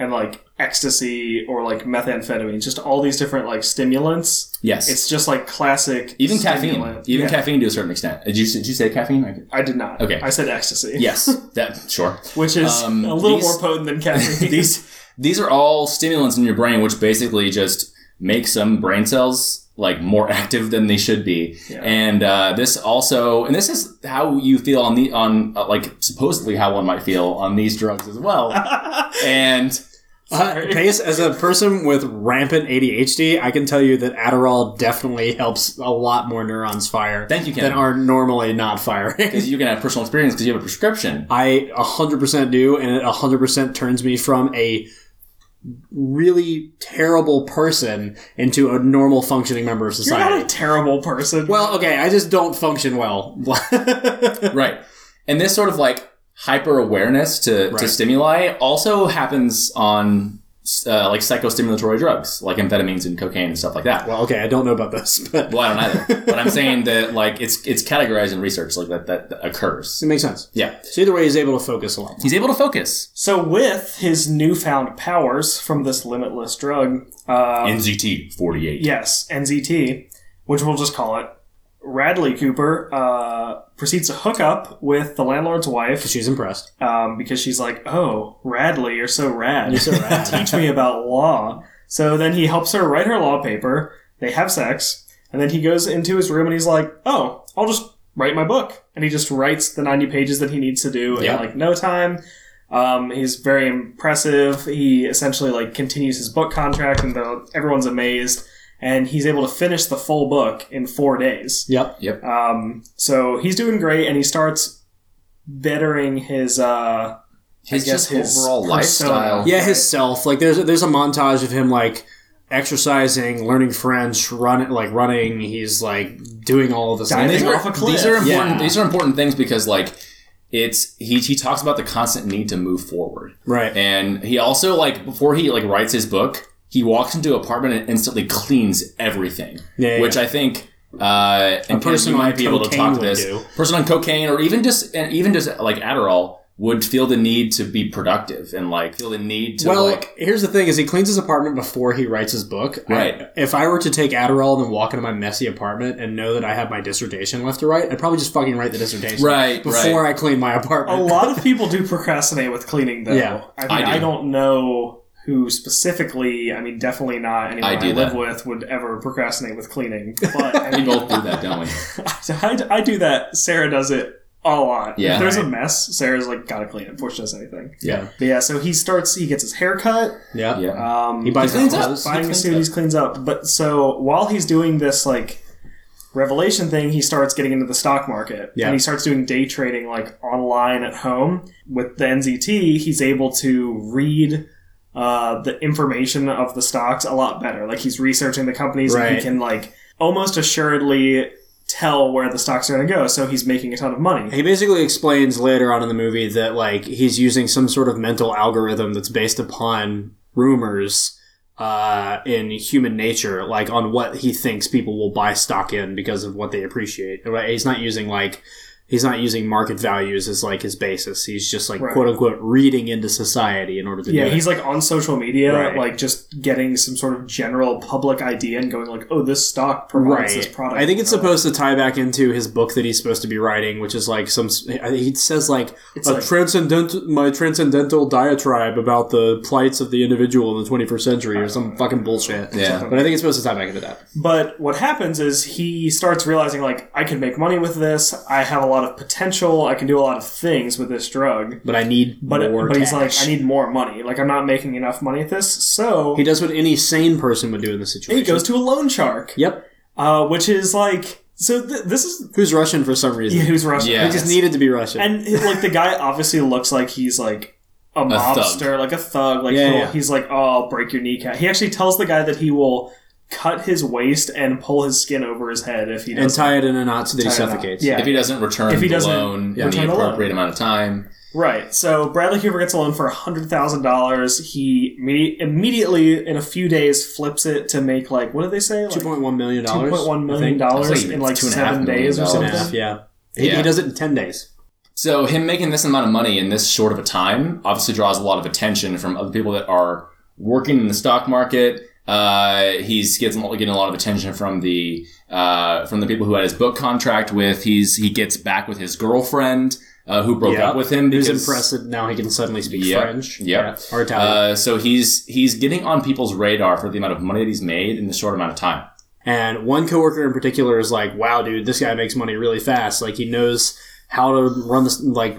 Speaker 3: and like ecstasy or like methamphetamine, just all these different like stimulants.
Speaker 2: yes
Speaker 3: It's just like classic.
Speaker 2: Even caffeine,
Speaker 3: stimulant.
Speaker 2: even
Speaker 3: Yeah.
Speaker 2: caffeine to a certain extent. Did you did you say caffeine? I could-
Speaker 3: I did not.
Speaker 2: Okay.
Speaker 3: I said ecstasy.
Speaker 2: [laughs] Yes, that sure.
Speaker 3: [laughs] Which is
Speaker 2: Um,
Speaker 3: a little
Speaker 2: these-
Speaker 3: more potent than
Speaker 2: [laughs]
Speaker 3: caffeine.
Speaker 2: These these are all stimulants in your brain, which basically just make some brain cells like more [laughs] active than they should be. And uh, this also, and this is how you feel on the on uh, like supposedly how one might feel on these drugs as well. and
Speaker 1: Uh, Pace, as a person with rampant ADHD, I can tell you that Adderall definitely helps a lot more neurons fire
Speaker 2: Thank you, Ken.
Speaker 1: than are normally not firing. [laughs]
Speaker 2: because you can have personal experience because you have a prescription.
Speaker 1: I 100% do, and it 100% turns me from a really terrible person into a normal functioning member of
Speaker 3: You're not a
Speaker 1: society.
Speaker 3: terrible person.
Speaker 1: Well, okay, I just don't function well. [laughs]
Speaker 2: right and this sort of like hyper awareness to, to
Speaker 1: Right.
Speaker 2: stimuli also happens on uh, like psychostimulatory drugs like amphetamines and cocaine and stuff like that well,
Speaker 1: well, okay, I don't know about this, but
Speaker 2: i don't either but i'm
Speaker 3: [laughs]
Speaker 2: saying that like it's it's categorized in research like that that occurs
Speaker 1: it makes sense.
Speaker 2: yeah
Speaker 1: So either way, he's able to focus a lot.
Speaker 2: he's able to focus
Speaker 3: so with his newfound powers from this limitless drug, uh,
Speaker 2: nzt 48
Speaker 3: yes, NZT, which we'll just call it, Radley Cooper uh, proceeds to hook up with the landlord's wife
Speaker 1: She's impressed.
Speaker 3: um, because she's like, "Oh, Radley, you're so rad.
Speaker 1: You're so rad.
Speaker 3: [laughs] Teach me about law." So then he helps her write her law paper. They have sex, and then he goes into his room and he's like, "Oh, I'll just write my book." And he just writes the ninety pages that he needs to do
Speaker 2: Yeah.
Speaker 3: in like no time. Um, he's very impressive. He essentially like continues his book contract, and the, everyone's amazed. And he's able to finish the full book in four days.
Speaker 1: Yep.
Speaker 3: Um, so he's doing great, and he starts bettering his uh,
Speaker 2: his
Speaker 3: I guess
Speaker 2: just
Speaker 3: his
Speaker 2: overall
Speaker 3: persona.
Speaker 2: lifestyle
Speaker 1: Yeah, his self. Like there's there's a montage of him like exercising, learning French, run like running. He's like doing all of this.
Speaker 2: And
Speaker 3: Diving.
Speaker 2: these
Speaker 3: They're
Speaker 2: are,
Speaker 3: off a cliff.
Speaker 2: these are important.
Speaker 1: Yeah.
Speaker 2: These are important things because, like, it's he. He talks about the constant need to move forward,
Speaker 1: Right.
Speaker 2: And he also like before he like writes his book, he walks into an apartment and instantly cleans everything.
Speaker 1: Yeah, yeah,
Speaker 2: which
Speaker 1: yeah.
Speaker 2: I think uh,
Speaker 1: person
Speaker 2: and person
Speaker 1: on
Speaker 2: might be able to
Speaker 1: cocaine
Speaker 2: talk to
Speaker 1: would
Speaker 2: this
Speaker 1: do.
Speaker 2: person on cocaine or even just and even just like Adderall would feel the need to be productive and like feel the need to
Speaker 1: Well,
Speaker 2: like
Speaker 1: here's the thing: is he cleans his apartment before he writes his book. I-
Speaker 2: Right.
Speaker 1: if I were to take Adderall and then walk into my messy apartment and know that I have my dissertation left to write, I'd probably just fucking write the dissertation
Speaker 2: Right,
Speaker 1: before
Speaker 2: right.
Speaker 1: I clean my
Speaker 3: A
Speaker 1: apartment.
Speaker 3: lot of people do procrastinate with cleaning, though.
Speaker 1: Yeah,
Speaker 3: I mean,
Speaker 2: I do.
Speaker 3: I, do. not know who specifically. I mean, definitely not anyone
Speaker 2: I
Speaker 3: I,
Speaker 2: do
Speaker 3: live
Speaker 2: that.
Speaker 3: with would ever procrastinate with cleaning. But
Speaker 2: [laughs]
Speaker 3: I
Speaker 2: we
Speaker 3: mean,
Speaker 2: both do that, don't
Speaker 1: [laughs]
Speaker 2: we?
Speaker 3: I, I do that. Sarah does it a lot.
Speaker 2: Yeah.
Speaker 3: If there's a mess, Sarah's like, gotta clean it before she does anything.
Speaker 2: Yeah,
Speaker 3: But yeah, so he starts, he gets his hair cut.
Speaker 1: yeah.
Speaker 2: yeah.
Speaker 3: Um,
Speaker 1: He buys
Speaker 2: He cleans up.
Speaker 1: clothes.
Speaker 3: buying
Speaker 2: He
Speaker 3: a
Speaker 2: cleans
Speaker 3: suit,
Speaker 2: up.
Speaker 3: he cleans up. But so while he's doing this, like, revelation thing, he starts getting into the stock market.
Speaker 1: Yeah.
Speaker 3: And he starts doing day trading, like, online at home. With the NZT, he's able to read. Uh, the information of the stocks a lot better. Like he's researching the companies and
Speaker 1: Right.
Speaker 3: he can like almost assuredly tell where the stocks are going to go. So he's making a ton of money.
Speaker 1: Um, He basically explains later on in the movie that like he's using some sort of mental algorithm that's based upon rumors uh, in human nature, like on what he thinks people will buy stock in because of what they appreciate. Right? He's not using like he's not using market values as like his basis. He's just like
Speaker 3: Right.
Speaker 1: quote unquote reading into society in order to
Speaker 3: Yeah,
Speaker 1: do
Speaker 3: he's like on social media,
Speaker 1: Right.
Speaker 3: like just getting some sort of general public idea and going like, "Oh, this stock
Speaker 1: it.
Speaker 3: provides
Speaker 1: Right.
Speaker 3: this product."
Speaker 1: I think it's
Speaker 3: Uh,
Speaker 1: supposed to tie back into his book that he's supposed to be writing, which is like some. He says like
Speaker 3: It's
Speaker 1: a
Speaker 3: like-
Speaker 1: transcendental, my transcendental diatribe about the plights of the individual in the 21st century, or some fucking bullshit.
Speaker 2: Yeah.
Speaker 1: but I think it's supposed to tie back into that.
Speaker 3: But what happens is he starts realizing like, "I can make money with this. I have a lot of potential. I can do a lot of things with this drug."
Speaker 1: But I need
Speaker 3: But
Speaker 1: more.
Speaker 3: but he's like,
Speaker 1: cash.
Speaker 3: "I need more money. Like I'm not making enough money at this." So
Speaker 1: He
Speaker 3: he,
Speaker 1: does what any sane person would do in this situation.
Speaker 3: goes to a loan shark,
Speaker 1: Yep.
Speaker 3: uh, which is like, so th- this is
Speaker 1: Who's Russian for some
Speaker 3: [laughs]
Speaker 1: reason?
Speaker 3: who's Russian.
Speaker 2: Yeah.
Speaker 1: He just needed to be Russian.
Speaker 3: And like the guy obviously looks like he's like a mobster, like a thug. Like
Speaker 1: Yeah,
Speaker 3: he'll-
Speaker 1: yeah.
Speaker 3: he's like, oh, I'll break your kneecap. He actually tells the guy that he will cut his waist and pull his skin over his head if he
Speaker 1: and
Speaker 3: doesn't.
Speaker 1: tie it in a knot so that he
Speaker 3: Tie it in a knot.
Speaker 1: suffocates.
Speaker 3: Yeah.
Speaker 2: If he doesn't return
Speaker 3: If he
Speaker 2: the
Speaker 3: doesn't
Speaker 2: loan in the
Speaker 3: return the
Speaker 2: appropriate
Speaker 3: loan.
Speaker 2: amount of time,
Speaker 3: right. So Bradley Cooper gets a loan for hundred thousand dollars. He imme- immediately in a few days flips it to make like what did they say?
Speaker 1: Two
Speaker 3: Like
Speaker 1: point one million dollars.
Speaker 3: two point one million
Speaker 2: That's
Speaker 3: dollars
Speaker 2: like
Speaker 3: in like
Speaker 2: two and a half
Speaker 3: seven
Speaker 2: million
Speaker 3: days or
Speaker 2: dollars.
Speaker 3: something.
Speaker 1: Yeah. He,
Speaker 2: Yeah.
Speaker 1: he does it in ten days.
Speaker 2: So him making this amount of money in this short of a time obviously draws a lot of attention from other people that are working in the stock market. Uh, he's gets getting a lot of attention from the uh, from the people who had his book contract with. He's he gets back with his girlfriend uh, who broke
Speaker 1: Yeah.
Speaker 2: up with him.
Speaker 1: Who's
Speaker 2: because-
Speaker 1: impressed that now he can suddenly speak
Speaker 2: Yep.
Speaker 1: French?
Speaker 2: Yep.
Speaker 1: Yeah. Or Italian.
Speaker 2: Uh, so he's he's getting on people's radar for the amount of money that he's made in the short amount of time.
Speaker 1: And one coworker in particular is like, "Wow, dude, this guy makes money really fast. Like he knows how to run this, like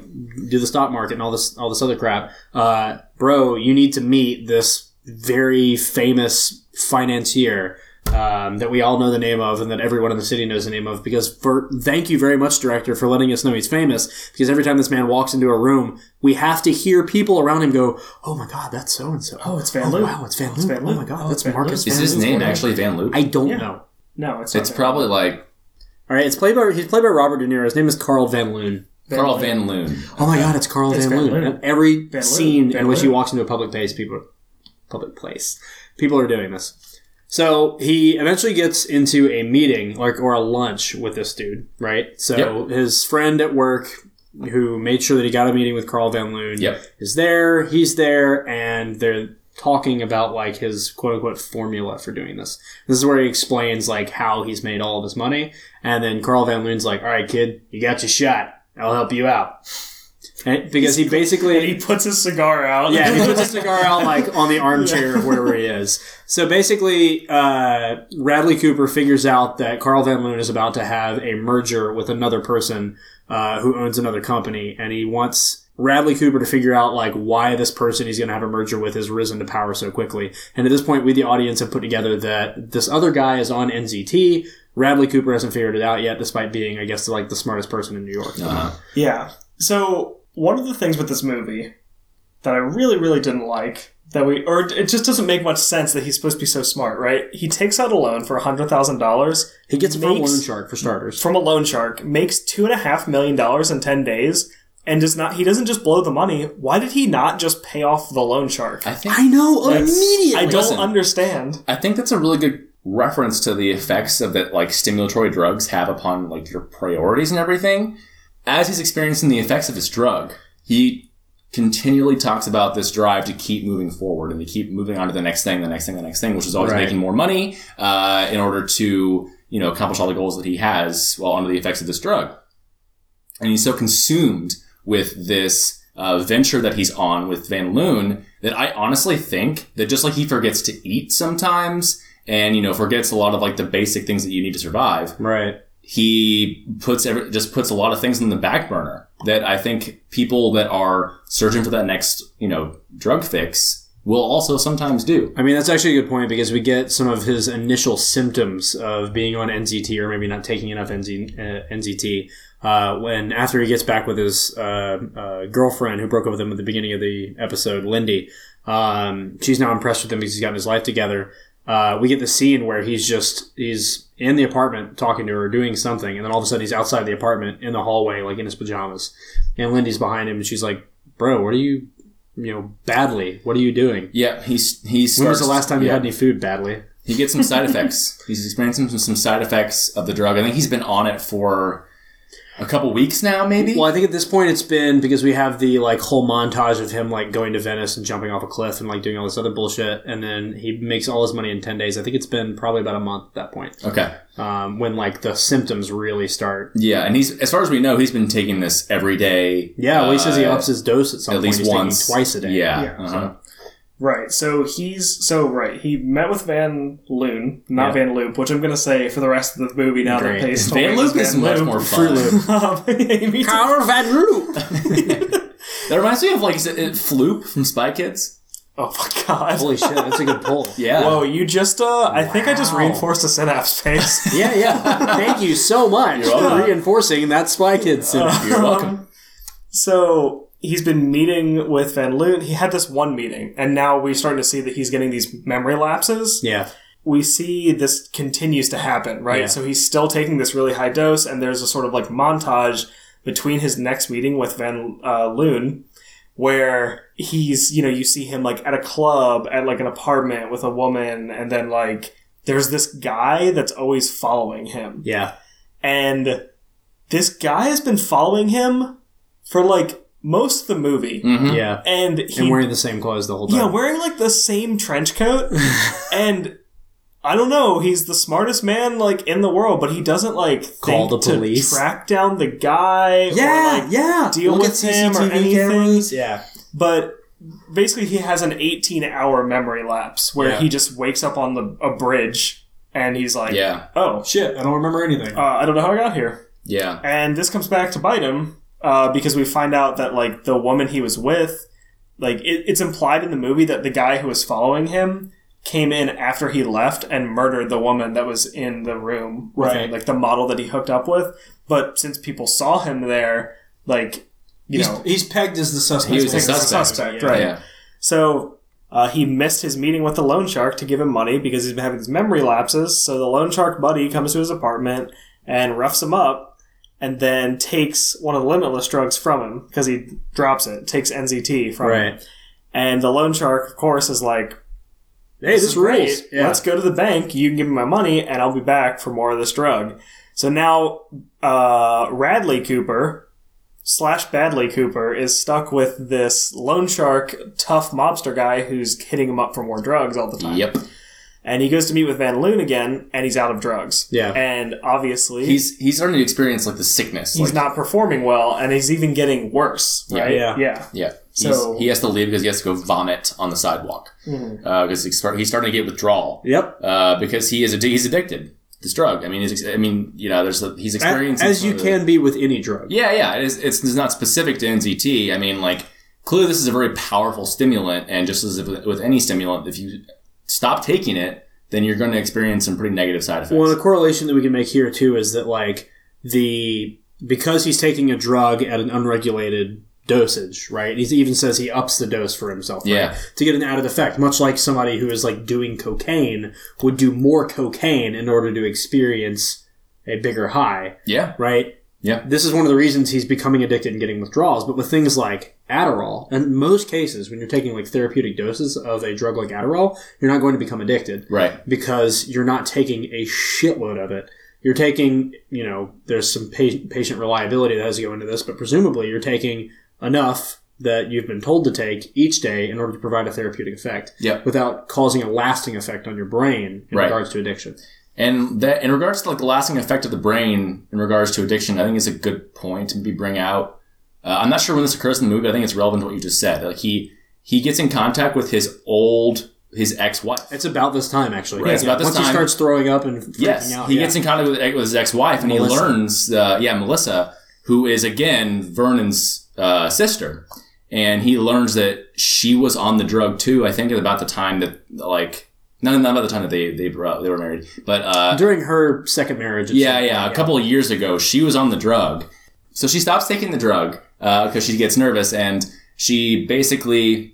Speaker 1: do the stock market and all this, all this other crap." Uh, bro, you need to meet this very famous financier um, that we all know the name of, and that everyone in the city knows the name of. Because for thank you very much, director, for letting us know he's famous. Because every time this man walks into a room, we have to hear people around him go, "Oh my god, that's so and so."
Speaker 3: Oh, it's Van
Speaker 1: Oh,
Speaker 3: Loon.
Speaker 1: wow, it's Van
Speaker 3: It's
Speaker 1: Loon.
Speaker 3: Van
Speaker 1: Oh
Speaker 3: Loon.
Speaker 1: my god,
Speaker 3: Oh,
Speaker 1: that's
Speaker 3: it's Van
Speaker 1: Marcus.
Speaker 2: Is
Speaker 1: Van
Speaker 2: his
Speaker 1: Loon's
Speaker 2: name
Speaker 1: wife."
Speaker 2: actually Van Loop?
Speaker 1: I don't
Speaker 3: Yeah.
Speaker 1: know.
Speaker 3: No, it's not
Speaker 2: it's
Speaker 3: that.
Speaker 2: probably like
Speaker 1: All right, it's played by he's played by Robert De Niro. His name is Carl Van Loon.
Speaker 2: Carl Van Loon.
Speaker 1: Oh my God, it's Carl
Speaker 3: It's
Speaker 1: Van,
Speaker 3: Van
Speaker 1: Loon.
Speaker 3: Loon.
Speaker 1: And Every
Speaker 3: Van Loon.
Speaker 1: scene
Speaker 3: Van
Speaker 1: in which he
Speaker 3: Loon.
Speaker 1: walks into a public place, people, public place, people are doing this. So he eventually gets into a meeting, like or a lunch with this dude, right? So his friend at work, who made sure that he got a meeting with Carl Van Loon,
Speaker 2: Yep.
Speaker 1: is there. He's there, and they're talking about like his quote unquote formula for doing this. This is where he explains like how he's made all of his money, and then Carl Van Loon's like, "All right, kid, you got your shot. I'll help you out," And- because he basically
Speaker 3: He puts his cigar out.
Speaker 1: yeah, he [laughs]
Speaker 3: [laughs]
Speaker 1: puts a cigar out like on the armchair of wherever he is. So basically, uh, Radley Cooper figures out that Carl Van Loon is about to have a merger with another person uh, who owns another company, and he wants Radley Cooper to figure out like why this person he's going to have a merger with has risen to power so quickly. And at this point, we the audience have put together that this other guy is on NZT. Radley Cooper hasn't figured it out yet, despite being, I guess, like the smartest person in New York.
Speaker 2: Uh-huh.
Speaker 3: Yeah. So one of the things with this movie that I really, really didn't like that we or it just doesn't make much sense that he's supposed to be so smart, right? He takes out a loan for hundred thousand dollars
Speaker 1: He gets a
Speaker 3: Makes-
Speaker 1: loan shark for starters.
Speaker 3: from a loan shark, makes two and a half million dollars in ten days, and does not he doesn't just blow the money. Why did he not just pay off the loan shark?
Speaker 2: I think
Speaker 1: I know immediately.
Speaker 3: I don't
Speaker 2: Listen.
Speaker 3: understand.
Speaker 2: I think that's a really good reference to the effects of that like stimulatory drugs have upon like your priorities and everything. As he's experiencing the effects of his drug, he continually talks about this drive to keep moving forward and to keep moving on to the next thing, the next thing, the next thing, which is always
Speaker 1: Right.
Speaker 2: making more money uh, in order to you know accomplish all the goals that he has while under the effects of this drug. And he's so consumed with this uh, venture that he's on with Van Loon that I honestly think that just like he forgets to eat sometimes and you know forgets a lot of like the basic things that you need to survive
Speaker 1: Right.
Speaker 2: he puts every, just puts a lot of things on the back burner that I think people that are searching for that next you know drug fix will also sometimes do.
Speaker 1: I mean, that's actually a good point because we get some of his initial symptoms of being on NZT or maybe not taking enough NZ, uh, NZT uh, when after he gets back with his uh, uh, girlfriend who broke up with him at the beginning of the episode, Lindy. Um, she's now impressed with him because he's gotten his life together. Uh, we get the scene where he's just he's in the apartment talking to her, doing something, and then all of a sudden he's outside the apartment in the hallway, like in his pajamas, and Lindy's behind him, and she's like, "Bro, what are you?" You know, badly. What are you doing?
Speaker 2: Yeah, he's he starts.
Speaker 1: When was the last time you
Speaker 2: yeah,
Speaker 1: had any food badly?
Speaker 2: He gets some side
Speaker 1: [laughs]
Speaker 2: effects. He's experiencing some, some side effects of the drug. I think he's been on it for a couple weeks now, maybe.
Speaker 1: Well, I think at this point it's been because we have the like whole montage of him like going to Venice and jumping off a cliff and like doing all this other bullshit, and then he makes all his money in ten days. I think it's been probably about a month at that point
Speaker 2: Okay.
Speaker 1: um, when like the symptoms really start.
Speaker 2: Yeah, and he's as far as we know, he's been taking this every day.
Speaker 1: Yeah, well, he says he
Speaker 2: uh,
Speaker 1: ups his dose at some
Speaker 2: at
Speaker 1: point.
Speaker 2: least
Speaker 1: He's taking
Speaker 2: once,
Speaker 1: twice a day.
Speaker 2: Yeah.
Speaker 3: Yeah,
Speaker 2: uh-huh.
Speaker 3: Right. So he's so right. He met with Van Loon, not
Speaker 1: Yeah.
Speaker 3: Van Loop, which I'm going to say for the rest of the movie now
Speaker 1: Great.
Speaker 3: that Pace told me
Speaker 2: Van
Speaker 3: it
Speaker 2: Loop
Speaker 3: was
Speaker 2: is much
Speaker 3: Loop. [laughs]
Speaker 2: more fun.
Speaker 3: Um, yeah, me too.
Speaker 1: [laughs]
Speaker 2: That reminds me of like is it, it Floop from Spy Kids.
Speaker 3: Oh my god.
Speaker 1: Holy shit, that's a good pull.
Speaker 2: [laughs] Yeah.
Speaker 3: Whoa, you just, uh, I think I just reinforced a synapse Pace.
Speaker 1: yeah, yeah. Thank you so much for
Speaker 2: welcome.
Speaker 1: reinforcing that Spy Kids syndrome.
Speaker 2: [laughs] You're welcome.
Speaker 3: Um, So he's been meeting with Van Loon. He had this one meeting, and now we're starting to see that he's getting these memory lapses.
Speaker 1: yeah.
Speaker 3: We see this continues to happen, right?
Speaker 1: Yeah.
Speaker 3: So he's still taking this really high dose, and there's a sort of like montage between his next meeting with Van uh, Loon, where he's, you know, you see him like at a club, at like an apartment with a woman, and then like there's this guy that's always following him
Speaker 1: Yeah.
Speaker 3: and this guy has been following him for like most of the movie,
Speaker 2: Mhm.
Speaker 1: Yeah.
Speaker 3: and he
Speaker 1: Mm. And wearing the same clothes the whole time.
Speaker 3: yeah wearing like the same trench
Speaker 1: [laughs]
Speaker 3: coat, and I don't know, he's the smartest man like in the world, but he doesn't like
Speaker 1: Call
Speaker 3: think
Speaker 1: the
Speaker 3: to
Speaker 1: police.
Speaker 3: track down the guy, or, like,
Speaker 1: yeah.
Speaker 3: deal with him or anything.
Speaker 1: Yeah.
Speaker 3: but basically he has an 18 hour memory lapse where
Speaker 1: Yeah.
Speaker 3: he just wakes up on the a bridge and he's like,
Speaker 2: Yeah.
Speaker 3: oh.
Speaker 1: Shit, I don't remember anything.
Speaker 3: Uh, I don't know how I got here.
Speaker 2: Yeah.
Speaker 3: And this comes back to bite him uh, because we find out that like the woman he was with, like it, it's implied in the movie that the guy who was following him came in after he left and murdered the woman that was in the room, with him,
Speaker 1: Right.
Speaker 3: like the model that he hooked up with. But since people saw him there, like you know,
Speaker 1: he's pegged as the suspect.
Speaker 2: He was the
Speaker 3: he's a
Speaker 2: suspect.
Speaker 3: suspect,
Speaker 1: Yeah.
Speaker 3: right?
Speaker 2: Yeah.
Speaker 3: So uh, he missed his meeting with the loan shark to give him money because he's been having these memory lapses. So the loan shark buddy comes to his apartment and roughs him up and then takes one of the limitless drugs from him because he drops it, takes NZT from him.
Speaker 1: Right.
Speaker 3: And the loan shark, of course, is like,
Speaker 1: Hey,
Speaker 3: this is great. Let's go to the bank. You can give me my money, and I'll be back for more of this drug. So now, uh, Radley Cooper slash Badley Cooper is stuck with this loan shark, tough mobster guy who's hitting him up for more drugs all the time.
Speaker 2: Yep.
Speaker 3: And he goes to meet with Van Loon again, and he's out of drugs.
Speaker 1: Yeah.
Speaker 3: And obviously, he's,
Speaker 2: He's he's starting to experience like the sickness. like,
Speaker 3: not performing well, and he's even getting worse.
Speaker 2: Yeah.
Speaker 3: Right?
Speaker 1: Yeah.
Speaker 3: Yeah.
Speaker 2: Yeah. He's,
Speaker 3: So-
Speaker 2: he has to leave because he has to go vomit on the sidewalk because he's, start, he's starting to get withdrawal.
Speaker 1: Yep.
Speaker 2: Uh, because he is addi- he's addicted. to This drug. I mean, he's, ex- I mean, you know, there's a, he's experiencing
Speaker 1: As
Speaker 2: some
Speaker 1: you
Speaker 2: of the-
Speaker 1: can be with any drug.
Speaker 2: Yeah, yeah. It is, it's, it's not specific to NZT. I mean, like, clearly this is a very powerful stimulant, and just as with, with any stimulant, if you stop taking it, then you're going to experience some pretty negative side effects.
Speaker 1: Well, and a correlation that we can make here too is that like the because he's taking a drug at an unregulated dosage, right? He even says he ups the dose for himself, right?
Speaker 2: Yeah.
Speaker 1: to get an added effect. Much like somebody who is like doing cocaine would do more cocaine in order to experience a bigger high,
Speaker 2: yeah.
Speaker 1: right?
Speaker 2: Yeah.
Speaker 1: this is one of the reasons he's becoming addicted and getting withdrawals. But with things like Adderall, in most cases, when you're taking like therapeutic doses of a drug like Adderall, you're not going to become addicted
Speaker 2: Right.
Speaker 1: because you're not taking a shitload of it. You're taking, you know, there's some patient, patient reliability that has to go into this, but presumably you're taking enough that you've been told to take each day in order to provide a therapeutic effect
Speaker 2: Yep.
Speaker 1: without causing a lasting effect on your brain in
Speaker 2: Right.
Speaker 1: regards to addiction.
Speaker 2: And that in regards to like the lasting effect of the brain in regards to addiction, I think is a good point to maybe bring out. Uh, I'm not sure when this occurs in the movie. But I think it's relevant to what you just said. Like he he gets in contact with his old his ex wife.
Speaker 1: It's about this time, actually.
Speaker 2: Right, it's about this
Speaker 1: Once he
Speaker 2: time.
Speaker 1: starts throwing up and freaking
Speaker 2: Yes,
Speaker 1: out.
Speaker 2: he
Speaker 1: yeah.
Speaker 2: gets in contact with, with his ex wife, and he
Speaker 1: Melissa.
Speaker 2: learns. Uh, yeah, Melissa, who is again Vernon's uh, sister, and he learns that she was on the drug too. I think at about the time that like not not about the time that they they brought, they were married, but uh,
Speaker 1: during her second marriage. it's
Speaker 2: Yeah,
Speaker 1: like-
Speaker 2: yeah. A couple of years ago, she was on the drug. So she stops taking the drug because she gets nervous and she basically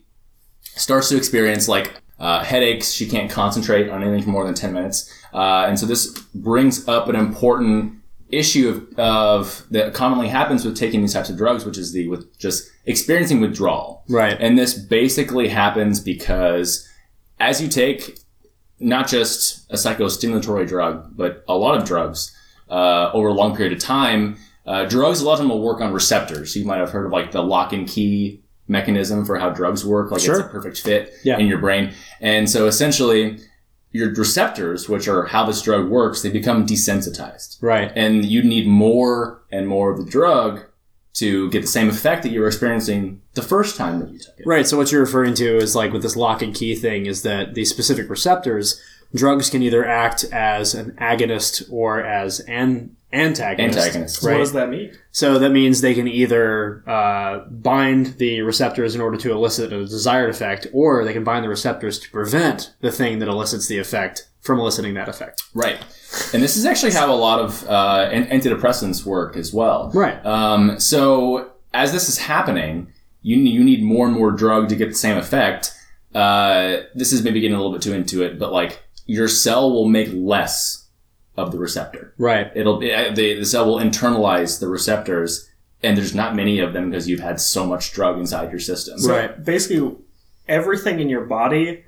Speaker 2: starts to experience like uh, headaches. She can't concentrate on anything for more than 10 minutes. Uh, and so this brings up an important issue of, of that commonly happens with taking these types of drugs, which is the with just experiencing withdrawal.
Speaker 1: Right.
Speaker 2: And this basically happens because as you take not just a psychostimulatory drug, but a lot of drugs uh, over a long period of time, uh, drugs a lot of them will work on receptors. You might have heard of like the lock and key mechanism for how drugs work, like
Speaker 1: Sure.
Speaker 2: it's a perfect fit
Speaker 1: Yeah.
Speaker 2: in your brain. And so essentially, your receptors, which are how this drug works, they become desensitized
Speaker 1: Right.
Speaker 2: and you need more and more of the drug to get the same effect that you were experiencing the first time that you took it.
Speaker 1: Right. So what you're referring to is like with this lock and key thing is that these specific receptors, drugs can either act as an agonist or as an antagonist.
Speaker 2: Antagonist.
Speaker 3: What
Speaker 1: Right.
Speaker 3: does that mean?
Speaker 1: So that means they can either uh, bind the receptors in order to elicit a desired effect, or they can bind the receptors to prevent the thing that elicits the effect from eliciting that effect.
Speaker 2: Right. And this is actually how a lot of uh, an- antidepressants work as well.
Speaker 1: Right.
Speaker 2: Um, so as this is happening, you, ne- you need more and more drug to get the same effect. Uh, this is maybe getting a little bit too into it, but like your cell will make less of the receptor.
Speaker 1: Right.
Speaker 2: it'll be uh, the, the cell will internalize the receptors and there's not many of them because you've had so much drug inside your system
Speaker 3: So
Speaker 1: Right.
Speaker 3: basically, everything in your body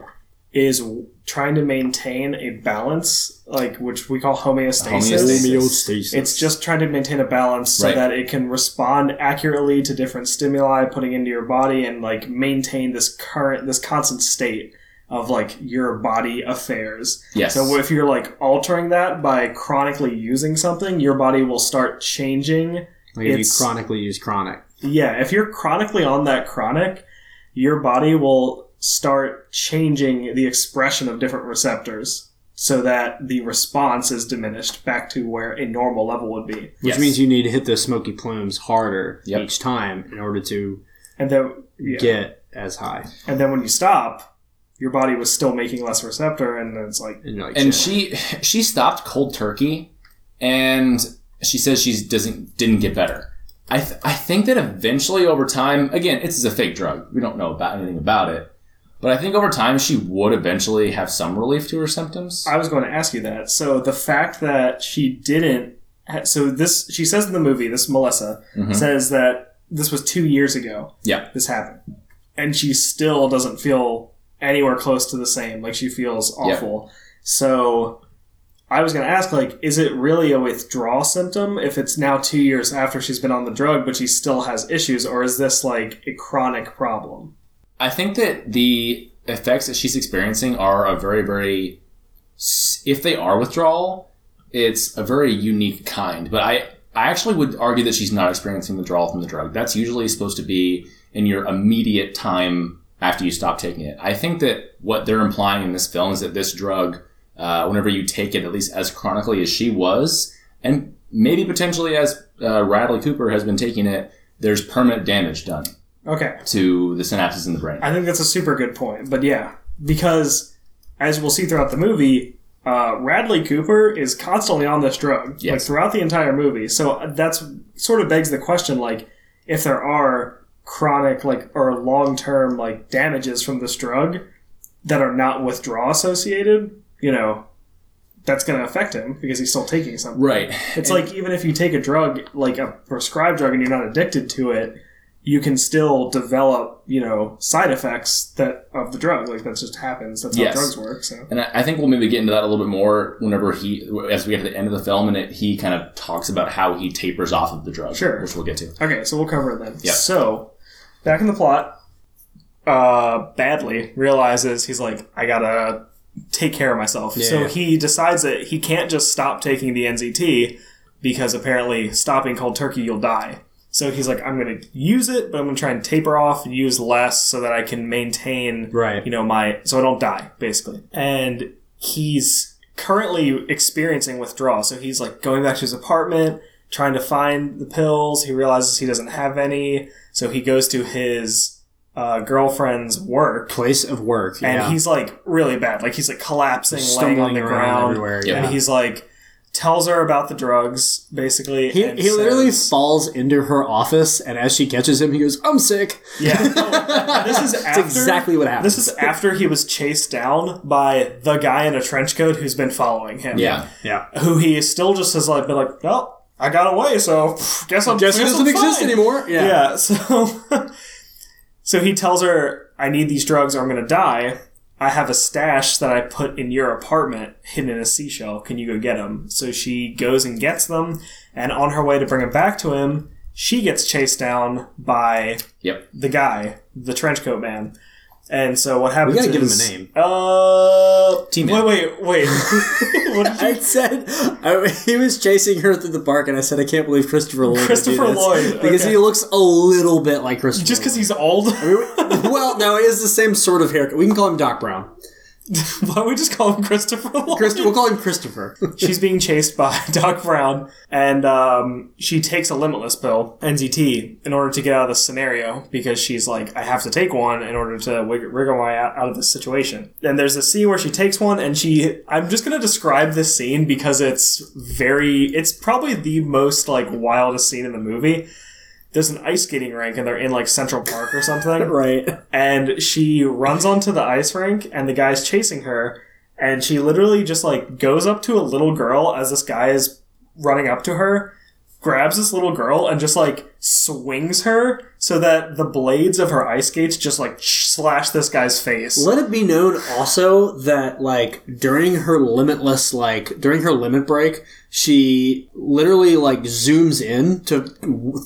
Speaker 3: is w- trying to maintain a balance, like which we call homeostasis.
Speaker 2: Homeostasis.
Speaker 3: It's just trying to maintain a balance so
Speaker 2: Right.
Speaker 3: that it can respond accurately to different stimuli putting into your body and like maintain this current, this constant state of like your body affairs.
Speaker 2: yes
Speaker 3: So if you're like altering that by chronically using something, your body will start changing.
Speaker 1: Like if you
Speaker 3: It's-
Speaker 1: chronically use chronic.
Speaker 3: Yeah, if you're chronically on that chronic, your body will start changing the expression of different receptors so that the response is diminished back to where a normal level would be.
Speaker 1: Which
Speaker 2: Yes.
Speaker 1: means you need to hit the smoky plumes harder
Speaker 2: Yep.
Speaker 1: each time in order to
Speaker 3: And then yeah.
Speaker 1: get as high.
Speaker 3: and then when you stop, your body was still making less receptor and it's like
Speaker 1: And, you're like,
Speaker 2: and
Speaker 1: shit.
Speaker 2: she she stopped cold turkey and she says she doesn't didn't get better I, th- I think that eventually over time again this is a fake drug we don't know about anything about it but i think over time she would eventually have some relief to her symptoms
Speaker 3: I was going to ask you that. So the fact that she didn't, ha- so this she says in the movie, this Melissa says that this was two years ago.
Speaker 2: Mm-hmm. Yeah.
Speaker 3: this happened, and she still doesn't feel anywhere close to the same. Like she feels
Speaker 2: Yeah.
Speaker 3: awful. So I was going to ask, like, is it really a withdrawal symptom if it's now two years after she's been on the drug, but she still has issues, or is this like a chronic problem?
Speaker 2: I think that the effects that she's experiencing are a very, very, if they are withdrawal, it's a very unique kind. But I, I actually would argue that she's not experiencing withdrawal from the drug. That's usually supposed to be in your immediate time after you stop taking it. I think that what they're implying in this film is that this drug, uh, whenever you take it, at least as chronically as she was, and maybe potentially as uh, Radley Cooper has been taking it, there's permanent damage done
Speaker 3: Okay.
Speaker 2: to the synapses in the brain.
Speaker 3: I think that's a super good point. But yeah, because as we'll see throughout the movie, uh, Radley Cooper is constantly on this drug, like
Speaker 2: Yes.
Speaker 3: throughout the entire movie. So uh, that's sort of begs the question, like if there are chronic, like or long term, like damages from this drug that are not withdrawal associated, you know, that's going to affect him because he's still taking something.
Speaker 2: Right.
Speaker 3: It's like even if you take a drug, like a prescribed drug, and you're not addicted to it, you can still develop, you know, side effects that of the drug. Like that just happens. That's
Speaker 2: Yes.
Speaker 3: how drugs work. So
Speaker 2: And I I think we'll maybe get into that a little bit more whenever he, as we get to the end of the film, and it, he kind of talks about how he tapers off of the drug,
Speaker 3: Sure.
Speaker 2: which we'll get to.
Speaker 3: okay, so we'll cover it then.
Speaker 2: Yeah.
Speaker 3: So back in the plot, uh, badly realizes he's like, I gotta take care of myself. so
Speaker 1: yeah.
Speaker 3: he decides that he can't just stop taking the NZT because apparently stopping cold turkey you'll die. So he's like, I'm gonna use it, but I'm gonna try and taper off and use less so that I can maintain
Speaker 1: Right.
Speaker 3: you know, my so I don't die, basically. And he's currently experiencing withdrawal. So he's like going back to his apartment, trying to find the pills. He realizes he doesn't have any, so he goes to his uh, girlfriend's work.
Speaker 1: Place of work.
Speaker 3: And
Speaker 1: yeah.
Speaker 3: he's like really bad. Like he's like collapsing, laying on
Speaker 1: stumbling
Speaker 3: the
Speaker 1: around
Speaker 3: ground.
Speaker 1: everywhere.
Speaker 2: Yeah.
Speaker 3: And he's like tells her about the drugs, basically.
Speaker 1: He,
Speaker 3: and
Speaker 1: he literally
Speaker 3: says-
Speaker 1: falls into her office, and as she catches him, he goes, "I'm sick."
Speaker 3: Yeah. Oh, [laughs] this is
Speaker 1: That's
Speaker 3: after,
Speaker 1: exactly what happens.
Speaker 3: This is after he was chased down by the guy in a trench coat who's been following him.
Speaker 2: Yeah.
Speaker 1: [laughs] yeah.
Speaker 3: Who he still just has like been like, well, I got away, so pff, guess I'm
Speaker 1: Guess it doesn't
Speaker 3: I'm
Speaker 1: exist
Speaker 3: fine."
Speaker 1: anymore. Yeah.
Speaker 3: Yeah. [laughs] So, so he tells her, "I need these drugs, or I'm gonna die. I have a stash that I put in your apartment, hidden in a seashell. Can you go get them?" So she goes and gets them, and on her way to bring them back to him, she gets chased down by
Speaker 2: Yep.
Speaker 3: the guy, the trench coat man. And so what happens?
Speaker 1: gotta give him a
Speaker 3: is-
Speaker 1: name.
Speaker 3: Uh,
Speaker 2: T-Man.
Speaker 3: Wait, wait, wait. [laughs] what did you
Speaker 1: I said I, he was chasing her through the park, and I said I can't believe Christopher Lloyd. would do
Speaker 3: Christopher
Speaker 1: this."
Speaker 3: Lloyd,
Speaker 1: because
Speaker 3: okay.
Speaker 1: he looks a little bit like Christopher.
Speaker 3: just because
Speaker 1: Lloyd.
Speaker 3: he's old? [laughs]
Speaker 1: well, no, it is the same sort of haircut. We can call him Doc Brown.
Speaker 3: Why don't we just call him Christopher? Lloyd?
Speaker 1: Christ- we'll call him Christopher. [laughs]
Speaker 3: She's being chased by [laughs] Doc Brown, and um, she takes a limitless pill, NZT, in order to get out of this scenario because she's like, I have to take one in order to wig- wriggle my way out, out of this situation. And there's a scene where she takes one, and she. I'm just going to describe this scene because it's very. It's probably the most, like, wildest scene in the movie. There's an ice skating rink, and they're in, like, Central Park or something
Speaker 1: right.
Speaker 3: and she runs onto the ice rink and the guy's chasing her and she literally just like goes up to a little girl as this guy is running up to her grabs this little girl and just like swings her so that the blades of her ice skates just like slash this guy's face
Speaker 1: Let it be known also that like during her limitless like during her limit break, she literally like zooms in to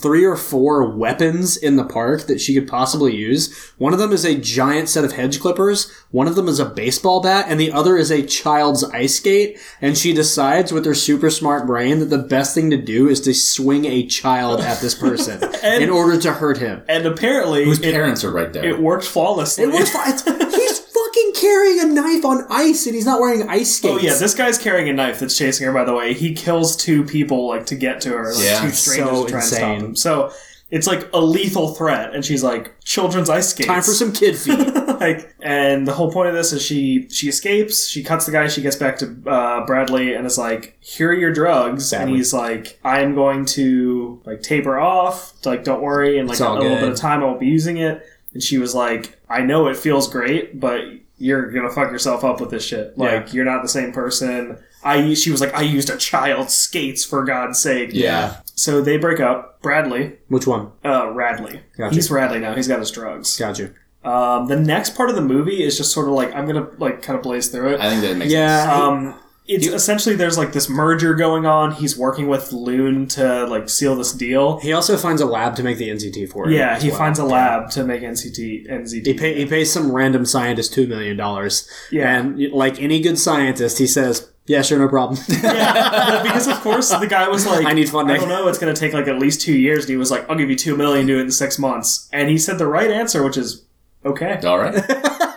Speaker 1: three or four weapons in the park that she could possibly use. One of them is a giant set of hedge clippers, one of them is a baseball bat, and the other is a child's ice skate, and she decides with her super smart brain that the best thing to do is to swing a child at this person in order to hurt him.
Speaker 3: and apparently
Speaker 2: Whose
Speaker 3: it,
Speaker 2: parents are right there.
Speaker 3: it worked flawlessly
Speaker 1: It was fi- it's- He's fucking carrying a knife on ice, and he's not wearing ice skates.
Speaker 3: Oh yeah, this guy's carrying a knife that's chasing her. By the way, he kills two people like to get to her. Like,
Speaker 2: Yeah.
Speaker 3: two strangers
Speaker 1: So
Speaker 3: to try
Speaker 1: insane.
Speaker 3: and stop him. So it's like a lethal threat, and she's like, "Children's ice skates."
Speaker 1: time for some kid feed.
Speaker 3: [laughs] like, and the whole point of this is she she escapes. She cuts the guy. She gets back to uh, Bradley, and is like, "Here are your drugs."
Speaker 1: Sadly.
Speaker 3: And he's like, "I am going to like taper off. Like, don't worry. And like
Speaker 1: It's all
Speaker 3: a little
Speaker 1: good.
Speaker 3: bit of time, I won't be using it." And she was like, "I know it feels great, but you're gonna fuck yourself up with this shit. Like, you're not the same person." I she was like, "I used a child's skates for God's sake."
Speaker 2: yeah.
Speaker 3: So they break up. Bradley,
Speaker 1: Which one?
Speaker 3: uh, Radley.
Speaker 1: Gotcha.
Speaker 3: He's Radley now. He's got his drugs.
Speaker 1: Got you.
Speaker 3: Um, the next part of the movie is just sort of like I'm gonna like kind of blaze through
Speaker 2: I
Speaker 3: it.
Speaker 2: think that makes sense.
Speaker 1: Yeah.
Speaker 3: Um, it's essentially there's like this merger going on. He's working with Loon to like seal this deal.
Speaker 1: he also finds a lab to make the NZT for him.
Speaker 3: Yeah,
Speaker 1: as
Speaker 3: he
Speaker 1: well.
Speaker 3: finds a lab to make NCT NZT.
Speaker 1: He, pay, he pays some random scientist two million dollars.
Speaker 3: Yeah.
Speaker 1: and like any good scientist, he says, "Yeah, sure, no problem."
Speaker 3: [laughs]
Speaker 1: [laughs]
Speaker 3: Yeah, because of course the guy was like,
Speaker 1: I need funding.
Speaker 3: I don't know. It's going to take like at least two years." And he was like, "I'll give you two million, do it in six months." And he said the right answer, which is
Speaker 1: [laughs]
Speaker 3: okay.
Speaker 2: All right.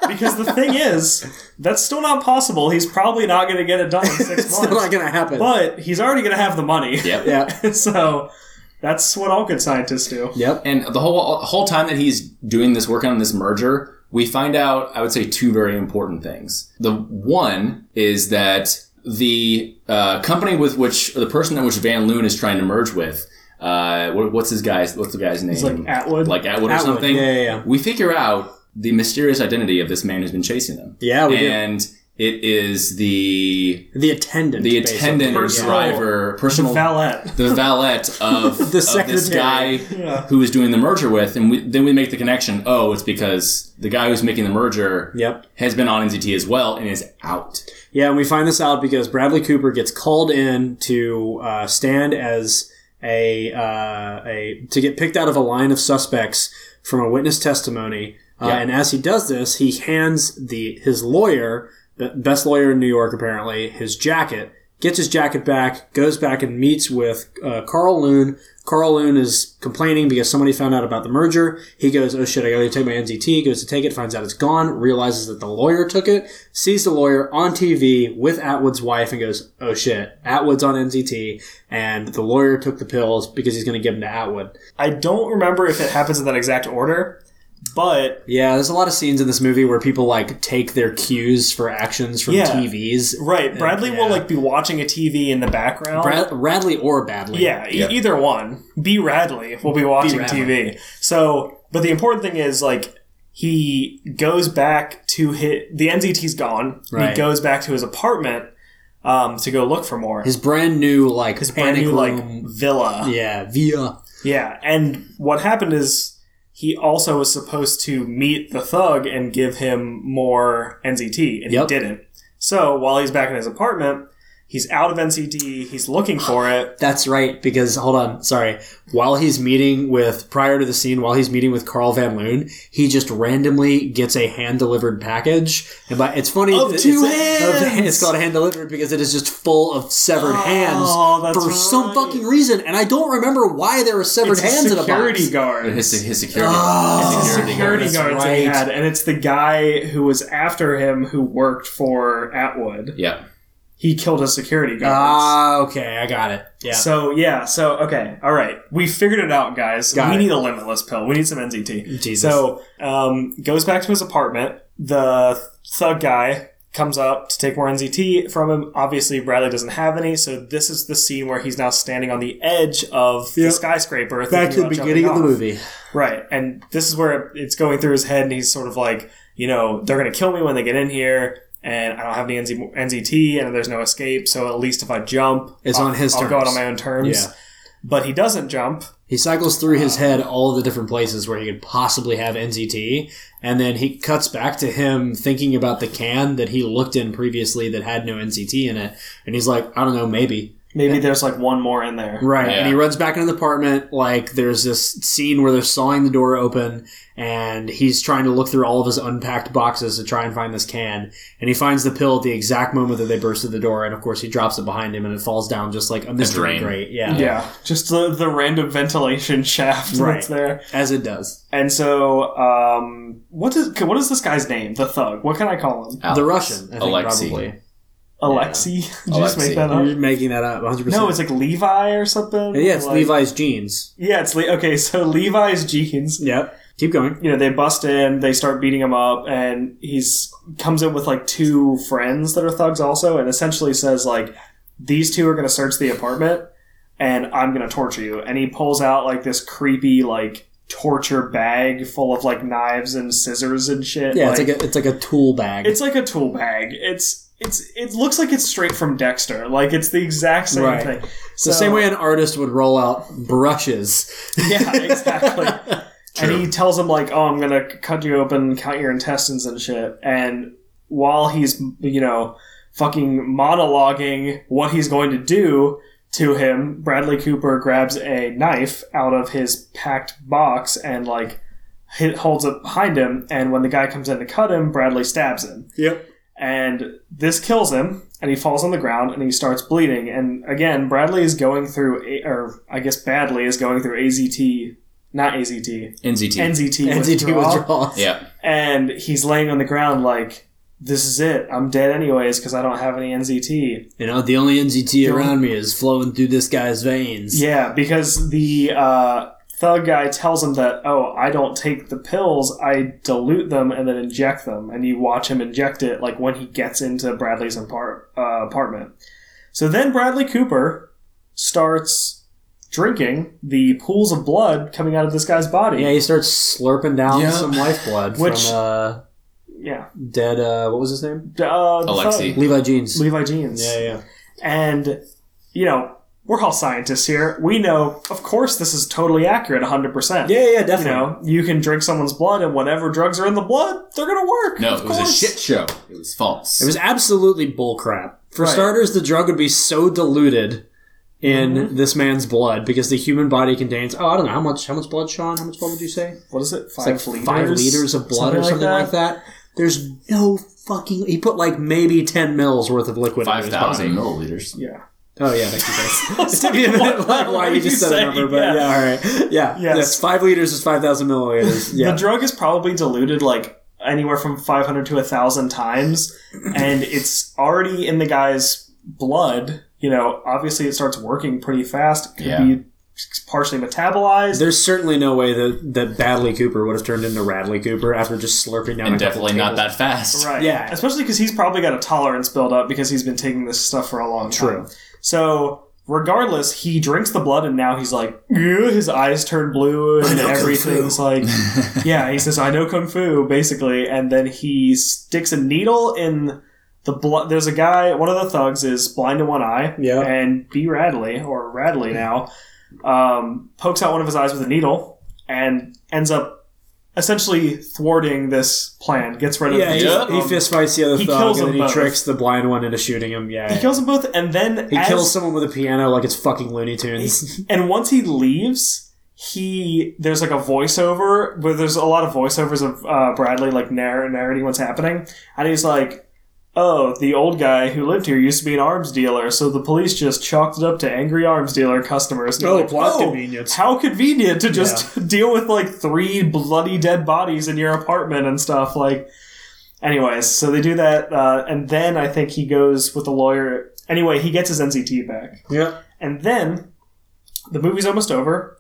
Speaker 3: Because the thing is, that's still not possible. He's probably not going to get it done in six
Speaker 1: it's
Speaker 3: months.
Speaker 1: [laughs] still not gonna happen.
Speaker 3: but he's already going to have the money.
Speaker 2: Yep.
Speaker 1: yeah,
Speaker 3: [laughs] so that's what all good scientists do.
Speaker 1: yep.
Speaker 2: And the whole whole time that he's doing this, working on this merger, we find out, I would say, two very important things. The one is that the uh, company with which or the person that which Van Loon is trying to merge with, uh, what, what's his guy's what's the guy's name?
Speaker 3: like Atwood.
Speaker 2: like
Speaker 1: Atwood,
Speaker 2: Atwood, or something.
Speaker 1: yeah, yeah, yeah.
Speaker 2: We figure out the mysterious identity of this man who's been chasing them.
Speaker 1: Yeah, we do.
Speaker 2: and It is the
Speaker 1: The attendant.
Speaker 2: the
Speaker 1: basically.
Speaker 2: attendant or
Speaker 1: Yeah.
Speaker 2: driver, personal
Speaker 3: Valet.
Speaker 2: the valet
Speaker 1: [laughs]
Speaker 2: of, of this
Speaker 1: secretary.
Speaker 2: guy
Speaker 3: Yeah.
Speaker 2: who was doing the merger with, and we, then we make the connection. Oh, it's because the guy who's making the merger
Speaker 1: Yep.
Speaker 2: has been on NZT as well and is out.
Speaker 1: Yeah, and we find this out because Bradley Cooper gets called in to uh, stand as a uh, a to get picked out of a line of suspects from a witness testimony. Uh,
Speaker 2: Yeah.
Speaker 1: And as he does this, he hands the his lawyer, the best lawyer in New York apparently, his jacket. Gets his jacket back, goes back and meets with uh, Carl Loon. Carl Loon is complaining because somebody found out about the merger. He goes, "Oh shit, I gotta take my NZT." Goes to take it, finds out it's gone, realizes that the lawyer took it, sees the lawyer on TV with Atwood's wife, and goes, "Oh shit, Atwood's on NZT, and the lawyer took the pills because he's gonna give them to Atwood."
Speaker 3: I don't remember if it happens in that exact order, but
Speaker 1: Yeah, there's a lot of scenes in this movie where people like take their cues for actions from
Speaker 3: Yeah.
Speaker 1: TVs.
Speaker 3: right, Bradley
Speaker 1: yeah.
Speaker 3: will like be watching a TV in the background.
Speaker 1: Brad- Radley or Badley.
Speaker 3: yeah, e-
Speaker 2: Yeah.
Speaker 3: either one. B. Radley will be watching
Speaker 1: Radley.
Speaker 3: TV. So, but the important thing is like he goes back to his the NZT's gone.
Speaker 1: Right.
Speaker 3: He goes back to his apartment um, to go look for more.
Speaker 1: his brand new like
Speaker 3: His brand
Speaker 1: panic
Speaker 3: new
Speaker 1: room.
Speaker 3: like villa.
Speaker 1: yeah, via
Speaker 3: Yeah, and what happened is he also was supposed to meet the thug and give him more NZT, and
Speaker 1: Yep.
Speaker 3: he didn't. So while he's back in his apartment, he's out of NZT. He's looking for it.
Speaker 1: That's right, because hold on, sorry. While he's meeting with prior to the scene, while he's meeting with Carl Van Loon, he just randomly gets a hand delivered package. And by, it's funny
Speaker 3: Of
Speaker 1: it's-
Speaker 3: two
Speaker 1: it's, of-
Speaker 3: hands!
Speaker 1: it's called hand delivered because it is just full of severed
Speaker 3: Oh,
Speaker 1: hands
Speaker 3: that's
Speaker 1: for some
Speaker 3: right.
Speaker 1: fucking reason, and I don't remember why there were severed
Speaker 3: It's a
Speaker 1: hands in a
Speaker 3: security
Speaker 1: box.
Speaker 3: guard.
Speaker 2: His, his security,
Speaker 1: Oh.
Speaker 2: his security, guard.
Speaker 3: Security guards they
Speaker 1: right.
Speaker 3: had, and it's the guy who was after him who worked for Atwood.
Speaker 2: Yeah,
Speaker 3: He killed his security guards.
Speaker 1: Ah, okay, I got it. Yeah,
Speaker 3: So yeah, so okay, all right, we figured it out, guys.
Speaker 1: Got
Speaker 3: we
Speaker 1: it.
Speaker 3: need a limitless pill. We need some NZT.
Speaker 1: Jesus.
Speaker 3: So um, goes back to his apartment. The thug guy comes up to take more NZT from him. Obviously, Bradley doesn't have any, so this is the scene where he's now standing on the edge of the
Speaker 1: Yep.
Speaker 3: skyscraper.
Speaker 1: back
Speaker 3: thinking
Speaker 1: to the
Speaker 3: about jumping
Speaker 1: beginning of the
Speaker 3: off.
Speaker 1: movie.
Speaker 3: right? And this is where it's going through his head, and he's sort of like, you know, they're gonna kill me when they get in here. And I don't have any NZ- NZT, and there's no escape. So at least if I jump,
Speaker 1: It's
Speaker 3: I'll-
Speaker 1: on his
Speaker 3: I'll go out
Speaker 1: terms.
Speaker 3: on my own terms.
Speaker 1: Yeah.
Speaker 3: But he doesn't jump,
Speaker 1: He cycles through his head all the different places where he could possibly have NZT, and then he cuts back to him thinking about the can that he looked in previously that had no NZT in it, and he's like, I don't know, maybe.
Speaker 3: Maybe there's like one more in there.
Speaker 1: Right.
Speaker 2: Yeah.
Speaker 1: And he runs back into the apartment. Like, there's this scene where they're sawing the door open, and he's trying to look through all of his unpacked boxes to try and find this can. And he finds the pill at the exact moment that they bursted the door, and of course, he drops it behind him, and it falls down just like a mystery
Speaker 2: drain.
Speaker 1: grate.
Speaker 3: Yeah,
Speaker 1: Yeah.
Speaker 3: just the, the random ventilation [laughs] shaft
Speaker 1: Right.
Speaker 3: that's there.
Speaker 1: As it does.
Speaker 3: And so, um, what is what is this guy's name? The thug. What can I call him?
Speaker 2: Alex.
Speaker 1: The Russian, I think,
Speaker 2: Alexei.
Speaker 1: probably.
Speaker 3: Alexi. [laughs] Did you just
Speaker 2: Alexei.
Speaker 3: make that
Speaker 1: You're
Speaker 3: up?
Speaker 1: making that up 100%.
Speaker 3: No, it's like Levi or something.
Speaker 1: Yeah, it's
Speaker 3: Like-
Speaker 1: Levi's jeans.
Speaker 3: Yeah, it's Le- okay. So Levi's jeans.
Speaker 1: Yep. Keep going.
Speaker 3: You know, they bust in. They start beating him up, and he's comes in with like two friends that are thugs also, and essentially says like, "These two are going to search the apartment, and I'm going to torture you." And he pulls out like this creepy like torture bag full of like knives and scissors and shit.
Speaker 1: Yeah, it's like a it's like a tool bag.
Speaker 3: It's like a tool bag. It's it's it looks like it's straight from Dexter. Like it's the exact same
Speaker 1: Right.
Speaker 3: thing.
Speaker 1: it's the same way an artist would roll out brushes.
Speaker 3: [laughs] Yeah, exactly. And he tells him like, "Oh, I'm gonna cut you open, cut your intestines and shit." And while he's you know fucking monologuing what he's going to do to him, Bradley Cooper grabs a knife out of his packed box and like hit, holds it behind him. And when the guy comes in to cut him, Bradley stabs him.
Speaker 1: [laughs] Yep.
Speaker 3: and this kills him and he falls on the ground and he starts bleeding and again bradley is going through A- or i guess badly is going through azt not azt
Speaker 2: NZT.
Speaker 3: nzt,
Speaker 1: [laughs] NZT
Speaker 3: withdrawal,
Speaker 1: withdrawals.
Speaker 2: yeah,
Speaker 3: and he's laying on the ground like this is it i'm dead anyways because i don't have any nzt
Speaker 1: You know, the only NZT around me is flowing through this guy's veins.
Speaker 3: yeah because the uh, thug guy tells him that oh i don't take the pills i dilute them and then inject them and you watch him inject it like when he gets into bradley's apart- uh, apartment So then Bradley Cooper starts drinking the pools of blood coming out of this guy's body,
Speaker 1: Yeah, he starts slurping down [laughs]
Speaker 2: Yep.
Speaker 1: some lifeblood
Speaker 3: Which-
Speaker 1: from uh,
Speaker 3: yeah,
Speaker 1: Dead. Uh, what was his name?
Speaker 3: D- uh, the
Speaker 2: Alexei.
Speaker 3: fellow-
Speaker 1: Levi Jeans.
Speaker 3: Levi Jeans.
Speaker 1: yeah, yeah.
Speaker 3: And, you know, we're all scientists here. We know, of course, this is totally accurate 100%.
Speaker 1: Yeah, yeah,
Speaker 3: You
Speaker 1: definitely.
Speaker 3: know, you can drink someone's blood, and whatever drugs are in the blood, they're going to work.
Speaker 2: No,
Speaker 3: of
Speaker 2: it was a
Speaker 3: course.
Speaker 2: shit show. It was false.
Speaker 1: It was absolutely bullcrap. For
Speaker 2: Right.
Speaker 1: starters, the drug would be so diluted in this man's blood because the human body contains oh I don't know how much how much blood Sean how much blood would you say
Speaker 3: What is it? Five
Speaker 1: like
Speaker 3: liters?
Speaker 1: five liters of blood or something like that. There's no fucking. He put like maybe ten mils worth of liquid. in
Speaker 2: Five
Speaker 1: his
Speaker 2: thousand
Speaker 1: body.
Speaker 2: milliliters.
Speaker 3: Yeah.
Speaker 1: Oh yeah, thank you. [laughs] Guys. it took me a minute
Speaker 3: What-
Speaker 1: why
Speaker 3: what
Speaker 1: you
Speaker 3: did
Speaker 1: just said
Speaker 3: you say?
Speaker 1: a number, but yeah.
Speaker 3: Yeah.
Speaker 1: all right, [laughs] yeah, yes.
Speaker 3: Yes.
Speaker 1: Five liters is five thousand milliliters. Yeah,
Speaker 3: The drug is probably diluted like anywhere from 500 to 1,000 times, and it's already in the guy's blood. You know, obviously it starts working pretty fast. It could
Speaker 2: Yeah.
Speaker 3: be partially metabolized.
Speaker 1: There's certainly no way that that Badley Cooper would have turned into Radley Cooper after just slurping down.
Speaker 2: And
Speaker 1: a
Speaker 2: definitely
Speaker 1: couple
Speaker 2: not
Speaker 1: tables.
Speaker 2: that fast.
Speaker 3: Right.
Speaker 1: Yeah.
Speaker 3: Especially because he's probably got a tolerance built up because he's been taking this stuff for a long time.
Speaker 1: True.
Speaker 3: So, regardless, he drinks the blood and now he's like, "Ugh," his eyes turn blue and
Speaker 1: know kung
Speaker 3: everything's
Speaker 1: fu. [laughs]
Speaker 3: like, yeah, he says, I know kung fu, basically. And then he sticks a needle in the blood. There's a guy, one of the thugs is blind in one eye.
Speaker 1: Yeah.
Speaker 3: And B. Radley, or Radley now, um, pokes out one of his eyes with a needle and ends up essentially thwarting this plan, gets rid of
Speaker 1: Yeah,
Speaker 3: the
Speaker 1: he,
Speaker 2: Yep.
Speaker 1: he fist fights the other
Speaker 3: um, He
Speaker 1: thug,
Speaker 3: kills
Speaker 1: and then
Speaker 3: them
Speaker 1: he
Speaker 3: both.
Speaker 1: tricks the blind one into shooting him. Yeah,
Speaker 3: He kills them both, and then
Speaker 1: He
Speaker 3: as-
Speaker 1: kills someone with a piano like it's fucking Looney Tunes.
Speaker 3: And once he leaves, he there's like a voiceover where there's a lot of voiceovers of uh, Bradley like narr- narrating what's happening, and he's like, "Oh, the old guy who lived here used to be an arms dealer, so the police just chalked it up to angry arms dealer customers." And
Speaker 1: Oh,
Speaker 3: you're like,
Speaker 1: plot convenience."
Speaker 3: How convenient to just [laughs] deal with like three bloody dead bodies in your apartment and stuff like. Anyways, so they do that, uh, and then I think he goes with the lawyer. Anyway, he gets his NCT back.
Speaker 1: [laughs] yeah,
Speaker 3: And then the movie's almost over,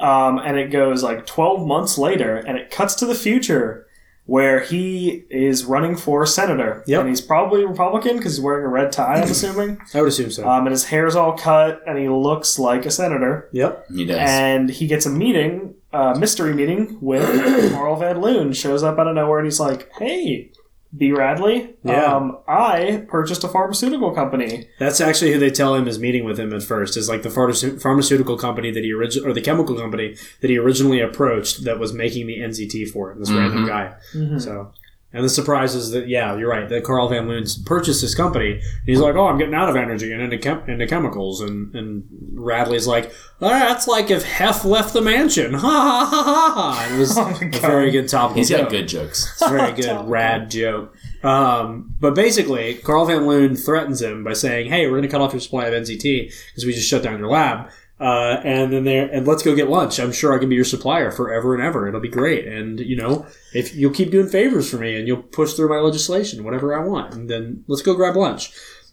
Speaker 3: um, and it goes like 12 months later, and it cuts to the future where he is running for senator.
Speaker 1: Yep.
Speaker 3: And he's probably Republican because he's wearing a red [clears throat] tie, I'm assuming.
Speaker 1: I would assume so.
Speaker 3: Um, and his hair's all cut, and he looks like a senator.
Speaker 1: yep.
Speaker 2: He does.
Speaker 3: And he gets a meeting, uh, mystery meeting [clears throat] with Carl Van Loon. Shows up out of nowhere, and he's like, hey. B. Radley,
Speaker 1: Yeah.
Speaker 3: um, I purchased a pharmaceutical company.
Speaker 1: That's actually who they tell him is meeting with him at first. Is like the pharmace- pharmaceutical company that he originally, or the chemical company that he originally approached that was making the NZT for him. This
Speaker 2: Mm-hmm.
Speaker 1: random guy. So, and the surprise is that yeah, you're right. That Carl Van Loon's purchased his company. And he's like, oh, I'm getting out of energy and into chem- into chemicals. And and Radley's like, oh, that's like if Hef left the mansion. [laughs] Ha ha ha ha ha. And It
Speaker 2: [laughs]
Speaker 1: was
Speaker 3: my
Speaker 1: a very good topical.
Speaker 2: Oh He's got
Speaker 1: joke.
Speaker 2: good jokes.
Speaker 1: It's a very good rad joke. Um, but basically, Carl Van Loon threatens him by saying, "Hey, we're going to cut off your supply of NZT because we just shut down your lab." Uh, and then there, and let's go get lunch. I'm sure I can be your supplier forever and ever. It'll be great. And you know, if you'll keep doing favors for me and you'll push through my legislation, whatever I want, and then let's go grab lunch.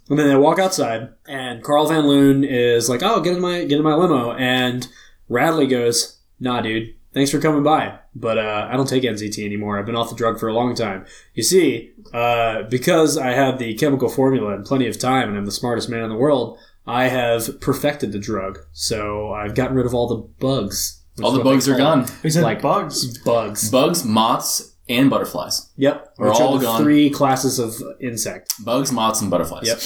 Speaker 1: And then they walk outside, and Carl Van Loon is like, "Oh, get in my get in my limo." And Radley goes, "Nah, dude. Thanks for coming by, but uh, I don't take NZT anymore. I've been off the drug for a long time. You see, uh, because I have the chemical formula and plenty of time, and I'm the smartest man in the world. I have perfected the drug, so I've gotten rid of all the bugs.
Speaker 2: All the bugs are gone.
Speaker 3: He said,
Speaker 1: Like-
Speaker 3: bugs.
Speaker 1: Bugs.
Speaker 2: Bugs, moths, and butterflies.
Speaker 1: Yep,
Speaker 2: Are
Speaker 1: which
Speaker 2: all
Speaker 1: are the
Speaker 2: gone.
Speaker 1: three classes of insect.
Speaker 2: Bugs, moths, and butterflies.
Speaker 1: Yep.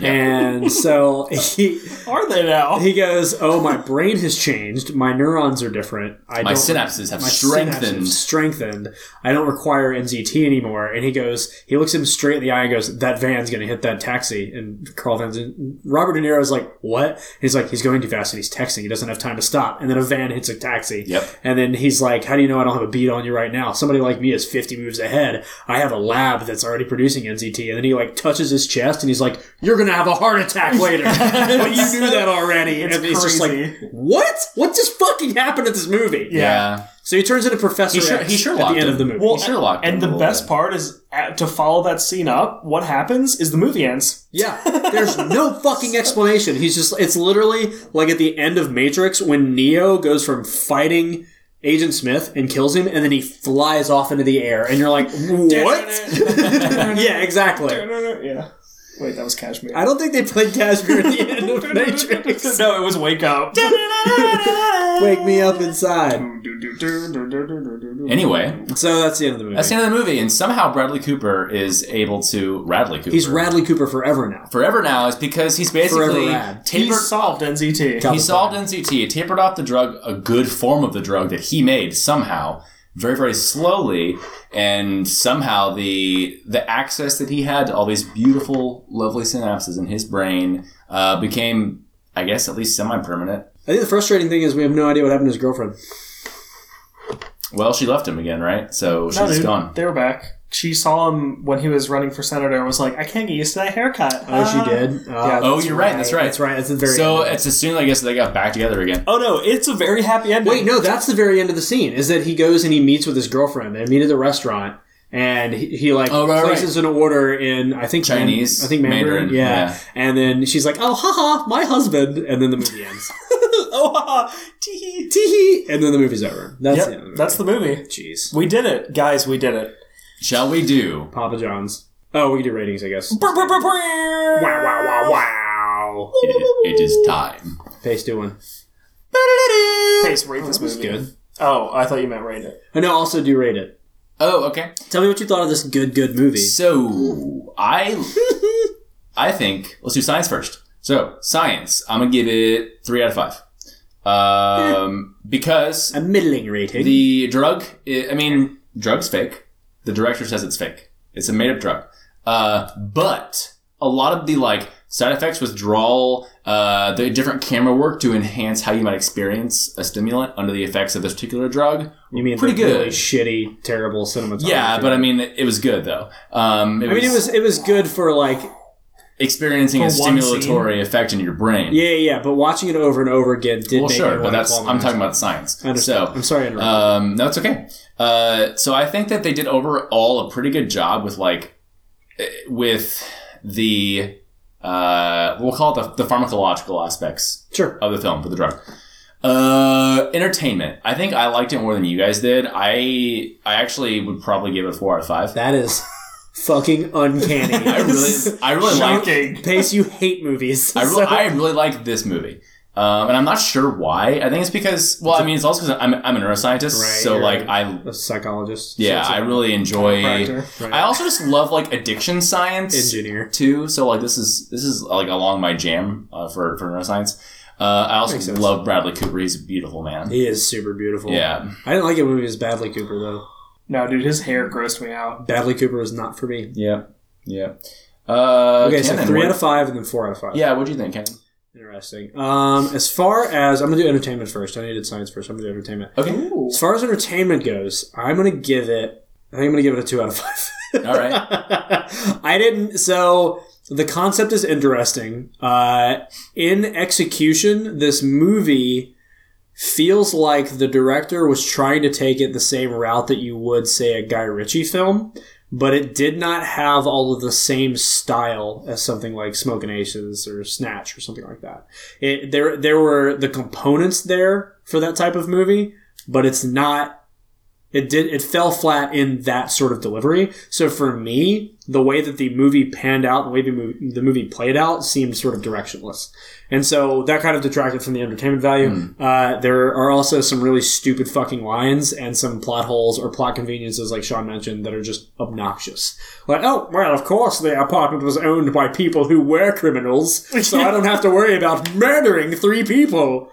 Speaker 1: And so he
Speaker 3: Are they [laughs] now?
Speaker 1: he goes, "Oh, my brain has changed. My neurons are different. I
Speaker 2: My
Speaker 1: don't-
Speaker 2: synapses have
Speaker 1: my
Speaker 2: strengthened.
Speaker 1: synapses strengthened. I don't require NZT anymore." And he goes, he looks him straight in the eye and goes, "That van's going to hit that taxi." And Carl Van's Robert De Niro's like, "What?" And he's like, "He's going too fast and he's texting. He doesn't have time to stop." And then a van hits a taxi.
Speaker 2: Yep.
Speaker 1: And then he's like, "How do you know I don't have a beat on you right now? Somebody like me is fifty moves ahead. I have a lab that's already producing NZT." And then he like touches his chest and he's like, "You're going to have a heart
Speaker 2: [laughs]
Speaker 1: attack later." but you knew that already.
Speaker 3: It's
Speaker 1: and it's just
Speaker 3: crazy.
Speaker 1: like, what? What just fucking happened at this movie?
Speaker 2: Yeah.
Speaker 1: So he turns into Professor
Speaker 2: He sure-
Speaker 1: X
Speaker 2: he sure
Speaker 1: at
Speaker 2: locked
Speaker 1: the end
Speaker 2: him.
Speaker 1: of the movie.
Speaker 2: Well, Sherlock
Speaker 3: And
Speaker 2: did a
Speaker 3: the
Speaker 2: little
Speaker 3: best
Speaker 2: bit.
Speaker 3: part is uh, to follow that scene up. What happens is the movie ends.
Speaker 1: yeah, there's no fucking explanation. He's just, it's literally like at the end of Matrix when Neo goes from fighting Agent Smith and kills him, and then he [laughs] flies off into the air, and you're like, what? yeah, exactly.
Speaker 3: yeah. Wait, that was [laughs] Cashmere.
Speaker 1: I don't think they played Cashmere at the end
Speaker 3: [laughs]
Speaker 1: of Matrix.
Speaker 3: no, it was
Speaker 1: [laughs]
Speaker 3: Wake Up.
Speaker 1: Wake me up inside.
Speaker 2: Anyway,
Speaker 1: So that's the end of the movie.
Speaker 2: that's the end of the movie, and somehow Bradley Cooper is able to Radley Cooper.
Speaker 1: He's Radley Cooper forever now.
Speaker 2: forever now is because he's
Speaker 1: Forever
Speaker 2: basically
Speaker 1: Rad.
Speaker 3: He
Speaker 2: tapered.
Speaker 3: solved NZT.
Speaker 2: He solved NCT, tapered off the drug, a good form of the drug that he made somehow, very very slowly, and somehow the the access that he had to all these beautiful, lovely synapses in his brain uh, became, I guess, at least semi permanent.
Speaker 1: I think the frustrating thing is we have no idea what happened to his girlfriend.
Speaker 2: Well, she left him again, right? So she's
Speaker 3: No, dude,
Speaker 2: gone.
Speaker 3: They were back. She saw him when he was running for senator and was like, I can't get used to that haircut.
Speaker 1: Oh, she
Speaker 3: Ah.
Speaker 1: did.
Speaker 3: yeah.
Speaker 2: Oh, you're right. That's right.
Speaker 1: That's right. That's the very.
Speaker 2: So
Speaker 1: end.
Speaker 2: it's as soon, I guess, they got back together again.
Speaker 3: Oh no, it's a very happy ending.
Speaker 1: wait, no, that's the very end of the scene. Is that he goes and he meets with his girlfriend. They meet at the restaurant, and he, he like
Speaker 2: Oh, right, right.
Speaker 1: places an order in I think Man-
Speaker 2: Chinese,
Speaker 1: I think Mandarin.
Speaker 2: Mandarin,
Speaker 1: yeah.
Speaker 2: yeah.
Speaker 1: and then she's like, "Oh, haha, my husband," and then the movie ends.
Speaker 3: [laughs] Oh, haha. Tee-hee.
Speaker 1: Teehee. and then the movie's over. That's
Speaker 3: Yep,
Speaker 1: the end of the movie.
Speaker 3: that's the movie.
Speaker 1: jeez.
Speaker 3: We did it, guys. We did it.
Speaker 2: Shall we do?
Speaker 1: Papa John's. Oh, we can do ratings, I guess.
Speaker 3: Brr, brr, brr, brr.
Speaker 1: Wow, wow, wow, wow.
Speaker 2: It, it is time.
Speaker 1: Pace do one.
Speaker 3: Pace, rate this
Speaker 1: was
Speaker 3: movie.
Speaker 1: good.
Speaker 3: Oh, I thought you meant rate it.
Speaker 1: I know. Also, do rate it.
Speaker 2: Oh, okay.
Speaker 1: Tell me what you thought of this good, good movie.
Speaker 2: So I, I think let's do science first. So science, I'm gonna give it three out of five, um, because
Speaker 1: A middling rating.
Speaker 2: the drug. i I mean, drug's fake. The director says it's fake. It's a made up drug. Uh, but a lot of the like side effects, withdrawal, uh, the different camera work to enhance how you might experience a stimulant under the effects of this particular drug.
Speaker 1: you mean
Speaker 2: pretty
Speaker 1: the really
Speaker 2: good.
Speaker 1: shitty, terrible cinematography?
Speaker 2: Yeah, but I mean, it was good though. Um,
Speaker 1: I mean, it was it was good for like
Speaker 2: experiencing a
Speaker 3: For one
Speaker 2: stimulatory effect in your brain.
Speaker 1: yeah, yeah. But watching it over and over again did
Speaker 2: well,
Speaker 1: make
Speaker 2: sure,
Speaker 1: me
Speaker 2: but
Speaker 1: wanna
Speaker 2: that's
Speaker 1: claw my
Speaker 2: I'm
Speaker 1: eyes
Speaker 2: talking
Speaker 1: out.
Speaker 2: about science.
Speaker 1: I understand.
Speaker 2: So
Speaker 1: I'm sorry, I interrupted.
Speaker 2: Um, no, it's okay. Uh, so I think that they did overall a pretty good job with like eh, with the uh, we'll call it the, the pharmacological aspects
Speaker 1: sure.
Speaker 2: of the film for the drug. Uh, entertainment. I think I liked it more than you guys did. I I actually would probably give it a four out of five.
Speaker 1: That is fucking uncanny.
Speaker 2: [laughs] I really I really liked
Speaker 3: Shocking.
Speaker 1: Pace, you hate movies.
Speaker 2: I really,
Speaker 1: so-
Speaker 2: I really like this movie. Um, and I'm not sure why. I think it's because, well, I mean, it's also because I'm, I'm a neuroscientist,
Speaker 1: Right,
Speaker 2: so
Speaker 1: you're
Speaker 2: like
Speaker 1: right.
Speaker 2: I,
Speaker 1: a psychologist.
Speaker 2: yeah,
Speaker 1: So
Speaker 2: I
Speaker 1: it's
Speaker 2: really enjoy.
Speaker 3: Chiropractor,
Speaker 1: right.
Speaker 2: I also just love like addiction science
Speaker 1: a engineer.
Speaker 2: too. So like this is this is like along my jam uh, for for neuroscience. Uh, I
Speaker 1: Makes
Speaker 2: also
Speaker 1: sense.
Speaker 2: love Bradley Cooper. He's a beautiful man.
Speaker 1: He is super beautiful.
Speaker 2: Yeah,
Speaker 1: I didn't like it when he was Badly Cooper though.
Speaker 3: No, dude, his hair grossed me out.
Speaker 1: Badly Cooper was not for me.
Speaker 2: yeah, yeah. Uh,
Speaker 1: Okay, so
Speaker 2: Kenan,
Speaker 1: three
Speaker 2: what-
Speaker 1: out of five and then four out of five.
Speaker 2: Yeah, what do you think, Kenan?
Speaker 1: Interesting. Um, as far as I'm gonna do entertainment first. I needed science first. I'm gonna do entertainment.
Speaker 2: Okay,
Speaker 1: As far as entertainment goes, I'm gonna give it. I think I'm gonna give it a two out of five. [laughs]
Speaker 2: all right.
Speaker 1: I didn't. So the concept is interesting. Uh, in execution, this movie feels like the director was trying to take it the same route that you would say a Guy Ritchie film, but it did not have all of the same style as something like Smoking Aces or Snatch or something like that. It, there, there were the components there for that type of movie, but it's not it did it fell flat in that sort of delivery so for me the way that the movie panned out the way the movie, the movie played out seemed sort of directionless and so that kind of detracted from the entertainment value uh, there are also some really stupid fucking lines and some plot holes or plot conveniences like sean mentioned that are just obnoxious like oh well of course the apartment was owned by people who were criminals so i don't have to worry about murdering three people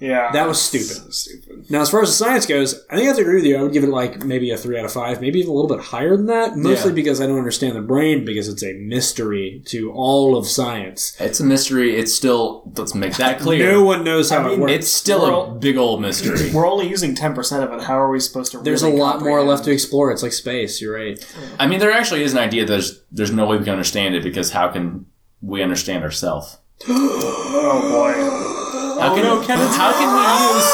Speaker 3: Yeah.
Speaker 1: that was stupid
Speaker 3: So stupid.
Speaker 1: now, as far as the science goes, I think I have to agree with you. I would give it like maybe a three out of five, maybe even a little bit higher than that, mostly
Speaker 2: Yeah.
Speaker 1: because I don't understand the brain because it's a mystery to all of science.
Speaker 2: It's a mystery. It's still let's make
Speaker 1: [laughs]
Speaker 2: that clear.
Speaker 1: No one knows how it works.
Speaker 2: it's still a big old mystery.
Speaker 3: We're only using 10% of it. How are we supposed to
Speaker 1: There's
Speaker 3: really
Speaker 1: a lot more
Speaker 3: comprehend?
Speaker 1: left to explore. It's like space. You're right.
Speaker 2: I mean, there actually is an idea. There's there's no way we can understand it because how can we understand ourselves?
Speaker 1: [gasps]
Speaker 3: Oh,
Speaker 2: How can how can we use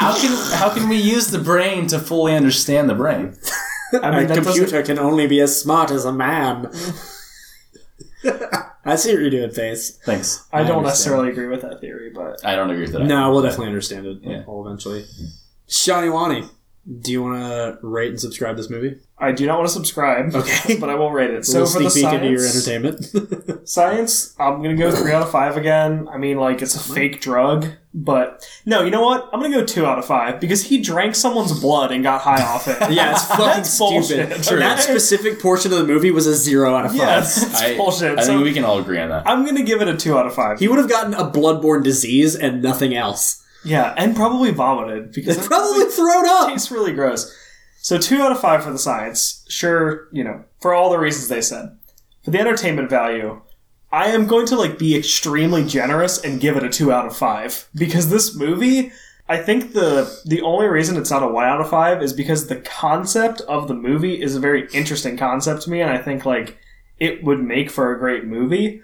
Speaker 2: [laughs] how can how can we use the brain to fully understand the brain?
Speaker 3: boy. I
Speaker 1: a
Speaker 3: mean, that doesn't...
Speaker 1: computer can only be as smart as a
Speaker 3: [laughs]
Speaker 1: man. [laughs] I see what you're doing, face.
Speaker 2: Thanks.
Speaker 3: I don't
Speaker 2: understand.
Speaker 3: necessarily agree with that theory, but
Speaker 2: I don't agree with that.
Speaker 1: No, we'll definitely understand it
Speaker 2: Yeah.
Speaker 1: all eventually. Shani Wani. Do you want to rate and subscribe this movie?
Speaker 3: I do not want to subscribe,
Speaker 1: Okay.
Speaker 3: but I will
Speaker 1: [laughs]
Speaker 3: rate it. So
Speaker 1: Little
Speaker 3: for the
Speaker 1: sneak peek
Speaker 3: science,
Speaker 1: into your entertainment. [laughs]
Speaker 3: science, I'm gonna go three out of five again. I mean, like it's a fake drug, but no, you know what? I'm gonna go two out of five because he drank someone's blood and got high
Speaker 1: [laughs]
Speaker 3: off it.
Speaker 1: yeah, it's fucking
Speaker 3: That's bullshit.
Speaker 1: stupid.
Speaker 3: True.
Speaker 1: That specific portion of the movie was a zero out of five.
Speaker 3: [laughs] yes, it's
Speaker 2: I,
Speaker 3: bullshit.
Speaker 2: I
Speaker 3: so
Speaker 2: think we can all agree on that.
Speaker 3: I'm gonna give it a two out of five.
Speaker 1: He would have gotten a bloodborne disease and nothing
Speaker 3: [laughs]
Speaker 1: else.
Speaker 3: yeah, and probably vomited because
Speaker 1: It's
Speaker 3: it
Speaker 1: probably thrown up.
Speaker 3: [laughs] tastes really gross. So two out of five for the science. Sure, you know, for all the reasons they said. For the entertainment value, I am going to like be extremely generous and give it a two out of five because this movie. I think the the only reason it's not a one out of five is because the concept of the movie is a very interesting concept to me, and I think like it would make for a great movie.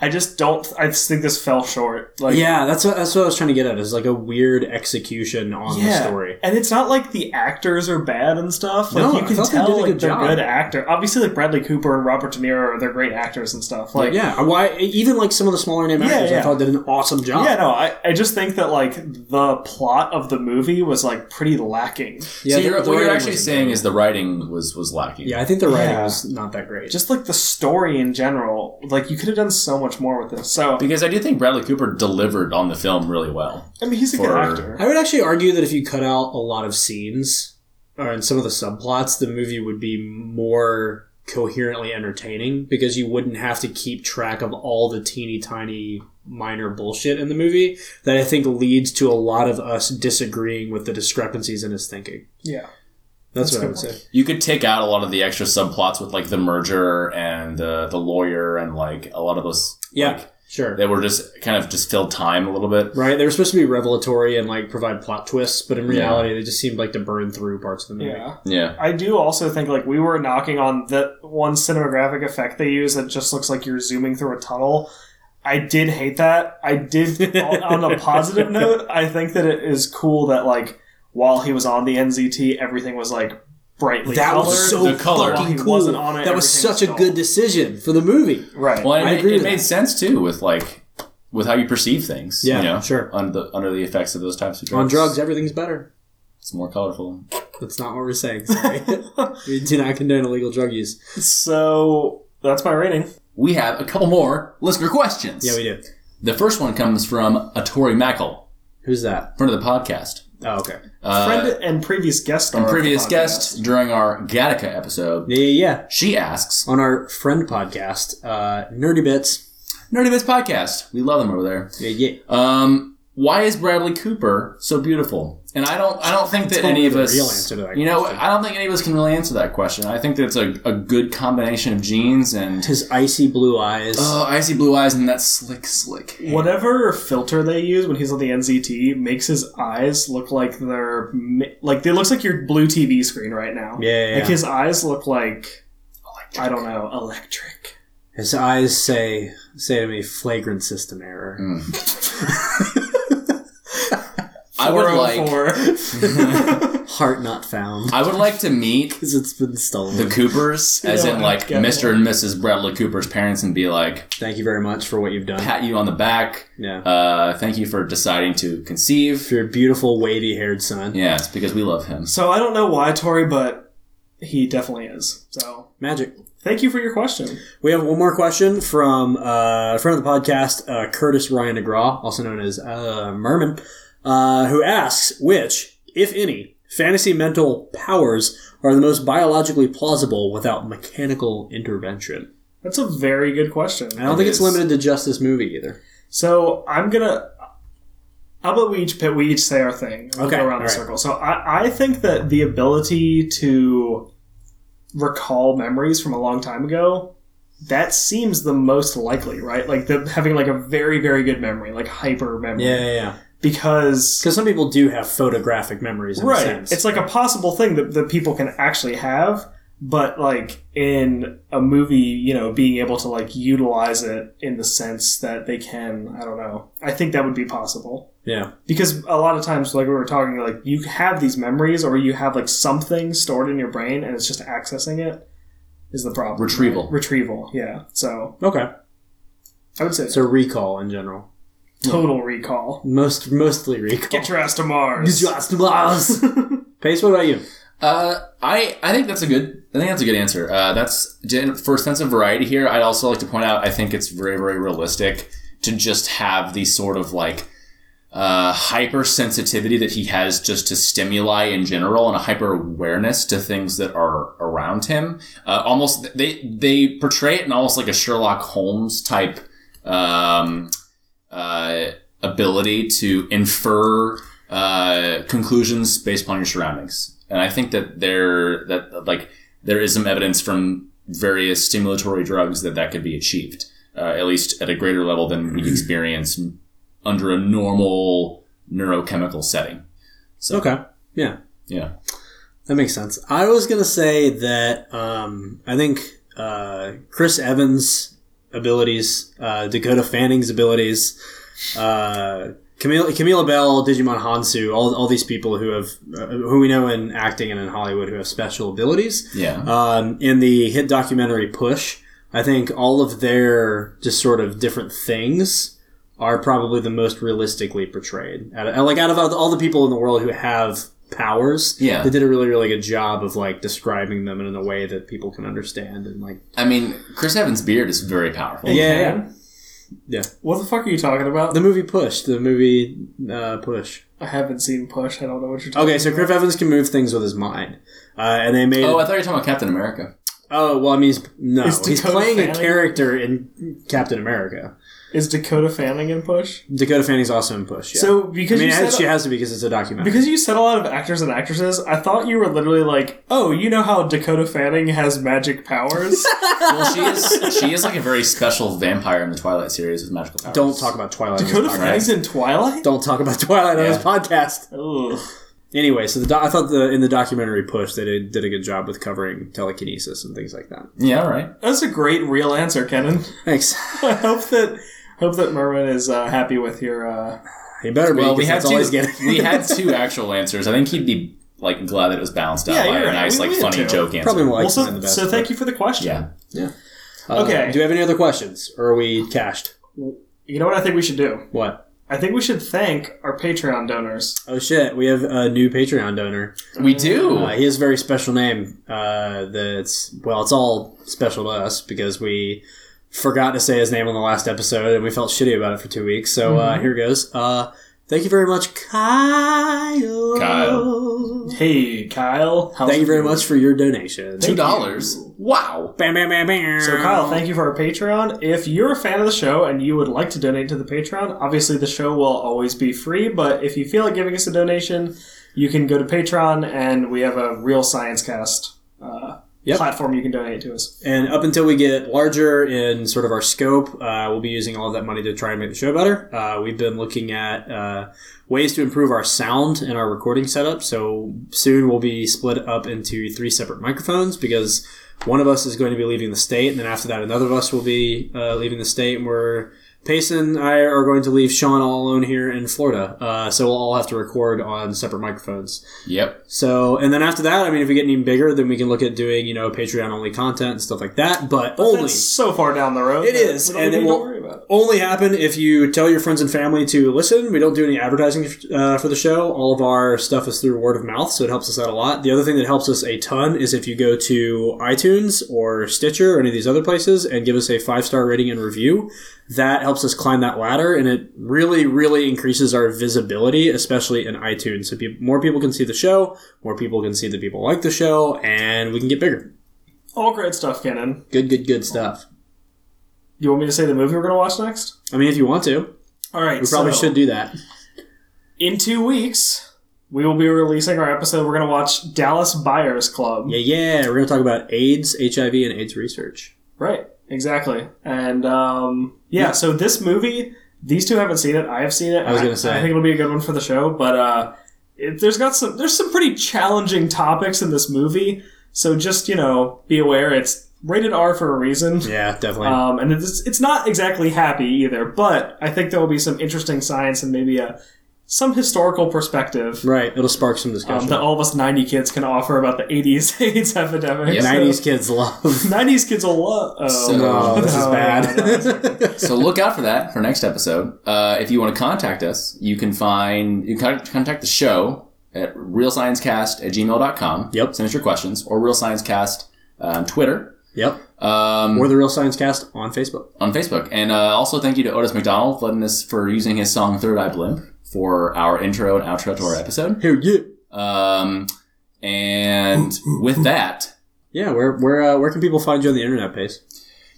Speaker 3: I just don't. I just think this fell short. Like,
Speaker 1: Yeah, that's what, that's what I was trying to get at. Is like a weird execution on the story.
Speaker 3: And it's not like the actors are bad and stuff. Like
Speaker 1: No, I
Speaker 3: you can
Speaker 1: thought they
Speaker 3: tell
Speaker 1: did a
Speaker 3: like,
Speaker 1: good
Speaker 3: they're
Speaker 1: job.
Speaker 3: good actor. Obviously like Bradley Cooper and Robert De Niro are they're great actors and stuff. Like
Speaker 1: Yeah, why? Even like some of the smaller name
Speaker 3: Yeah,
Speaker 1: actors, I
Speaker 3: yeah.
Speaker 1: thought did an awesome job.
Speaker 3: Yeah, no, I, I just think that like the plot of the movie was like pretty lacking.
Speaker 1: Yeah,
Speaker 2: so
Speaker 1: the-
Speaker 2: you're,
Speaker 1: the
Speaker 2: what you're
Speaker 1: writing
Speaker 2: actually
Speaker 1: wasn't
Speaker 2: saying
Speaker 1: great.
Speaker 2: is the writing was was lacking.
Speaker 1: yeah, I think the writing
Speaker 3: Yeah.
Speaker 1: was not that great.
Speaker 3: Just like the story in general, like you could have done so much more with this. So
Speaker 2: Because I do think Bradley Cooper delivered on the film really well.
Speaker 3: I mean, he's a good
Speaker 2: For-
Speaker 3: actor.
Speaker 1: I would actually argue that if you cut out a lot of scenes or in some of the subplots, the movie would be more coherently entertaining because you wouldn't have to keep track of all the teeny tiny minor bullshit in the movie that I think leads to a lot of us disagreeing with the discrepancies in his thinking.
Speaker 3: Yeah,
Speaker 1: That's,
Speaker 3: That's
Speaker 1: what I
Speaker 3: a
Speaker 1: would
Speaker 3: good
Speaker 1: say.
Speaker 2: You could take out a lot of the extra subplots with like the merger and uh, the the lawyer and like a lot of those.
Speaker 1: Yeah,
Speaker 2: like,
Speaker 1: sure.
Speaker 2: they were just kind of just filled time a little bit.
Speaker 1: Right, they were supposed to be revelatory and like provide plot twists, but in
Speaker 2: Yeah.
Speaker 1: reality, they just seemed like to burn through parts of the movie.
Speaker 3: yeah.
Speaker 2: Yeah,
Speaker 3: I do also think like we were knocking on that one cinematographic effect they use that just looks like you're zooming through a tunnel. I did hate that. I did on on a
Speaker 1: [laughs]
Speaker 3: positive note. I think that it is cool that like while he was on the NZT, everything was like brightly
Speaker 1: That
Speaker 3: colored.
Speaker 1: was so
Speaker 2: the color.
Speaker 1: fucking
Speaker 3: He
Speaker 1: cool.
Speaker 3: wasn't on it,
Speaker 1: that was
Speaker 3: everything
Speaker 1: such
Speaker 3: was
Speaker 1: a good
Speaker 3: dull.
Speaker 1: decision for the movie.
Speaker 3: right.
Speaker 2: well, and
Speaker 1: I
Speaker 2: it,
Speaker 1: agree
Speaker 2: it
Speaker 1: with
Speaker 2: made
Speaker 1: that.
Speaker 2: sense too with like with how you perceive things.
Speaker 1: Yeah,
Speaker 2: you know,
Speaker 1: sure.
Speaker 2: Under the under the effects of those types of drugs.
Speaker 1: On drugs, everything's better.
Speaker 2: it's more colorful.
Speaker 1: That's not what we're saying. [laughs] Sorry. we do not condone illegal drug use.
Speaker 3: so that's my rating.
Speaker 2: We have a couple more listener questions.
Speaker 1: Yeah, we do.
Speaker 2: The first one comes from Atori Mackel,
Speaker 1: Who's that?
Speaker 2: friend of the podcast.
Speaker 1: Oh, okay.
Speaker 2: Uh,
Speaker 3: Friend and previous guest star. of the
Speaker 2: previous
Speaker 3: podcast.
Speaker 2: guest during our Gattaca episode.
Speaker 1: Yeah, yeah, yeah.
Speaker 2: She asks,
Speaker 1: On our friend podcast, uh, Nerdy Bits.
Speaker 2: Nerdy Bits Podcast. We love them over there.
Speaker 1: Yeah, yeah.
Speaker 2: Um, why is Bradley Cooper so beautiful? And I don't, I don't think that
Speaker 1: Totally
Speaker 2: any of
Speaker 1: the
Speaker 2: us,
Speaker 1: real answer to that
Speaker 2: you know, I don't think any of us can really answer that question. I think that it's a, a good combination of genes and
Speaker 1: His icy blue eyes.
Speaker 2: oh, icy blue eyes and that slick, slick. hair.
Speaker 3: Whatever filter they use when he's on the NZT makes his eyes look like they're mi- like it looks like your blue TV screen right now.
Speaker 1: Yeah, yeah,
Speaker 3: like
Speaker 1: yeah.
Speaker 3: his eyes look like I don't know electric.
Speaker 1: His eyes say, say to me, flagrant system error.
Speaker 2: I would like, [laughs]
Speaker 3: 404.
Speaker 1: Heart not found.
Speaker 2: I would like to meet
Speaker 1: Because it's been
Speaker 2: the
Speaker 1: stolen.
Speaker 2: Coopers, as
Speaker 3: don't
Speaker 2: in like
Speaker 3: get it.
Speaker 2: Mr. and Mrs. Bradley Cooper's parents, and be like,
Speaker 1: Thank you very much for what you've done.
Speaker 2: pat you on the back.
Speaker 1: Yeah.
Speaker 2: Uh, thank you for deciding to conceive.
Speaker 1: for your beautiful wavy haired son.
Speaker 2: Yeah, it's because we love him.
Speaker 3: [laughs] so I don't know why Tori, but he definitely is. So
Speaker 1: Magic.
Speaker 3: thank you for your question.
Speaker 1: We have one more question from uh, a friend of the podcast, uh, Curtis Ryan DeGraw, also known as uh, Merman, uh, who asks which, if any, fantasy mental powers are the most biologically plausible without mechanical intervention.
Speaker 3: That's a very good question.
Speaker 1: I don't
Speaker 2: It
Speaker 1: think it's
Speaker 2: is.
Speaker 1: limited to just this movie either.
Speaker 3: So I'm gonna. How about we each pit? We each say our thing. and We'll
Speaker 1: Okay,
Speaker 3: go around
Speaker 1: all
Speaker 3: the
Speaker 1: right.
Speaker 3: circle. So I, I think that the ability to recall memories from a long time ago that seems the most likely, right? Like the having like a very very good memory, like hyper memory,
Speaker 1: Yeah, yeah, yeah.
Speaker 3: because
Speaker 1: Because some people do have photographic memories in a
Speaker 3: right,
Speaker 1: sense.
Speaker 3: it's like a possible thing that that people can actually have. But like in a movie, you know, being able to like utilize it in the sense that they can, I don't know. I think that would be possible
Speaker 1: yeah.
Speaker 3: because a lot of times like we were talking like you have these memories or you have like something stored in your brain and it's just accessing it is the problem
Speaker 2: Retrieval.
Speaker 3: retrieval yeah so
Speaker 1: Okay.
Speaker 3: i would say
Speaker 1: So recall in general.
Speaker 3: total recall
Speaker 1: Most mostly recall.
Speaker 3: get your ass to mars
Speaker 1: Just miles. Pace, what about you?
Speaker 2: Uh, I I think that's a good I think that's a good answer. Uh, that's gen- for a sense of variety here. I'd also like to point out I think it's very very realistic to just have the sort of like uh, hypersensitivity that he has just to stimuli in general and a hyper awareness to things that are around him. Uh, almost they they portray it in almost like a Sherlock Holmes type um, uh, ability to infer uh, conclusions based upon your surroundings. And I think that there that like there is some evidence from various stimulatory drugs that that could be achieved, uh, at least at a greater level than
Speaker 1: Mm-hmm.
Speaker 2: we experience under a normal neurochemical setting.
Speaker 1: Okay. Yeah.
Speaker 2: Yeah.
Speaker 1: That makes sense. I was gonna say that um, I think uh, Chris Evans' abilities, uh, Dakota Fanning's abilities, uh, Camille, Camila Bell, Digimon Hansu, all, all these people who have uh, who we know in acting and in Hollywood who have special abilities.
Speaker 2: Yeah.
Speaker 1: Um, in the hit documentary Push, I think all of their just sort of different things are probably the most realistically portrayed. Out of- like out of all the- all the people in the world who have powers,
Speaker 2: Yeah.
Speaker 1: they did a really really good job of like describing them in a way that people can understand and like
Speaker 2: I mean, Chris Evans' beard is very powerful.
Speaker 1: yeah
Speaker 3: What the fuck are you talking about?
Speaker 1: the movie Push, the movie uh, Push.
Speaker 3: I haven't seen Push. I don't know what you're talking
Speaker 1: Okay, so Griff Evans can move things with his mind, uh, and they made.
Speaker 2: Oh,
Speaker 1: Oh,
Speaker 2: I thought you were talking about Captain America.
Speaker 1: well, I mean, he's, no,
Speaker 3: Is
Speaker 1: he's
Speaker 3: Dakota
Speaker 1: playing a
Speaker 3: Fanning-
Speaker 1: character in Captain America.
Speaker 3: Is Dakota Fanning in Push?
Speaker 1: Dakota Fanning's also in Push. Yeah.
Speaker 3: So because
Speaker 1: I mean,
Speaker 3: you
Speaker 1: and
Speaker 3: said
Speaker 1: she has to because it's a documentary.
Speaker 3: because you said a lot of actors and actresses, I thought you were literally like, oh, you know how Dakota Fanning has
Speaker 1: [laughs]
Speaker 3: magic powers?
Speaker 2: Well, she is she is like a very special vampire in the Twilight series with magical powers.
Speaker 1: don't talk about Twilight. on this
Speaker 3: Dakota
Speaker 1: podcast.
Speaker 3: Fanning's in Twilight.
Speaker 1: Don't talk about [laughs] Twilight on this podcast.
Speaker 3: Ugh.
Speaker 1: Anyway, so the do- I thought the in the documentary Push they did, did a good job with covering telekinesis and things like that.
Speaker 2: Yeah, all right.
Speaker 3: That's a great real answer, Kenan. [laughs]
Speaker 1: Thanks.
Speaker 3: I hope that hope that Merwin is uh, happy with your. Uh...
Speaker 1: He better be.
Speaker 2: Well, we had
Speaker 1: because that's all he's
Speaker 2: two. [laughs]
Speaker 1: getting.
Speaker 2: we had two actual answers. I think he'd be like glad that it was balanced out
Speaker 3: Yeah,
Speaker 2: by
Speaker 3: you're
Speaker 2: a
Speaker 3: right.
Speaker 2: nice,
Speaker 3: We-
Speaker 2: like,
Speaker 3: we had
Speaker 2: funny
Speaker 3: two.
Speaker 2: joke answer.
Speaker 1: Probably more like
Speaker 3: Well, so,
Speaker 1: the best.
Speaker 3: so thank you for the question.
Speaker 2: Yeah.
Speaker 1: Uh,
Speaker 3: okay.
Speaker 1: Do you have any other questions, or are we cashed?
Speaker 3: You know what I think we should do?
Speaker 1: What?
Speaker 3: I think we should thank our Patreon donors.
Speaker 1: Oh shit! We have a new Patreon donor.
Speaker 2: We do.
Speaker 1: Uh, he has a very special name. Uh, that's well, it's all special to us because we forgot to say his name on the last episode, and we felt shitty about it for two weeks. So
Speaker 3: Mm-hmm.
Speaker 1: uh, here goes. Uh, thank you very much, Kyle.
Speaker 2: Kyle.
Speaker 3: Hey, Kyle. How's
Speaker 1: Thank you
Speaker 3: it
Speaker 1: very
Speaker 3: going?
Speaker 1: much for your donation.
Speaker 2: Two dollars. Wow.
Speaker 1: Bam, bam, bam, bam.
Speaker 3: So, Kyle, thank you for our Patreon. If you're a fan of the show and you would like to donate to the Patreon, obviously the show will always be free, but if you feel like giving us a donation, you can go to Patreon and we have a real science cast uh,
Speaker 1: Yep.
Speaker 3: platform you can donate to us.
Speaker 1: And up until we get larger in sort of our scope, uh, we'll be using all of that money to try and make the show better. Uh, we've been looking at uh, ways to improve our sound and our recording setup. So soon we'll be split up into three separate microphones because one of us is going to be leaving the state, and then after that, another of us will be uh, leaving the state. And we're Payson and I are going to leave Sean all alone here in Florida. Uh, so we'll all have to record on separate microphones.
Speaker 2: Yep.
Speaker 1: So, and then after that, I mean, if we get any bigger, then we can look at doing, you know, Patreon only content and stuff like that. But only
Speaker 3: That's so far down the road.
Speaker 1: It
Speaker 3: that
Speaker 1: is,
Speaker 3: we don't
Speaker 1: and it
Speaker 3: need to
Speaker 1: will-
Speaker 3: worry about it.
Speaker 1: only happen if you tell your friends and family to listen. We don't do any advertising uh, for the show. All of our stuff is through word of mouth, so it helps us out a lot. The other thing that helps us a ton is if you go to iTunes or Stitcher or any of these other places and give us a five star rating and review. That helps us climb that ladder, and it really, really increases our visibility, especially in iTunes. So peop more people can see the show, more people can see that people like the show, and we can get bigger.
Speaker 3: All great stuff, Kenan.
Speaker 1: Good, good, good stuff.
Speaker 3: You want me to say the movie we're going to watch next?
Speaker 1: I mean, if you want to,
Speaker 3: All right.
Speaker 1: we probably
Speaker 3: so-
Speaker 1: should do that.
Speaker 3: In two weeks, we will be releasing our episode. We're going to watch Dallas Buyers Club.
Speaker 1: Yeah, yeah. We're going to talk about AIDS, HIV, and AIDS research.
Speaker 3: Right, exactly. And um, yeah, so this movie, these two haven't seen it. I have seen it.
Speaker 1: I was gonna say.
Speaker 3: I think it'll be a good one for the show. But uh, it, there's got some there's some pretty challenging topics in this movie. So just you know, be aware it's rated R for a reason.
Speaker 1: Yeah, definitely.
Speaker 3: Um, and it's it's not exactly happy either. But I think there will be some interesting science and maybe a some historical perspective.
Speaker 1: right. It'll spark some
Speaker 3: Um,
Speaker 1: discussion. [laughs]
Speaker 3: that all of us 90 kids can offer about the 80s [laughs] AIDS epidemic.
Speaker 2: Yeah.
Speaker 3: So-
Speaker 1: 90s kids [laughs] love.
Speaker 3: 90s kids will love. Oh,
Speaker 2: So-
Speaker 1: No, this is
Speaker 3: No,
Speaker 1: bad.
Speaker 3: no, no,
Speaker 2: So look out for that for next episode. Uh, if you want to contact us, you can find you can contact the show at realsciencecast at gmail.com.
Speaker 1: Yep.
Speaker 2: Send us your questions or realsciencecast on Twitter.
Speaker 1: [laughs] Yep.
Speaker 2: Um,
Speaker 1: Or the Real Science Cast on Facebook.
Speaker 2: on Facebook. And uh, also thank you to Otis McDonald for letting us for using his song Third Eye Blimp for our intro and outro to our episode.
Speaker 1: Hell yeah.
Speaker 2: Um, and with that,
Speaker 1: Yeah, where where uh, where can people find you on the internet, Pace?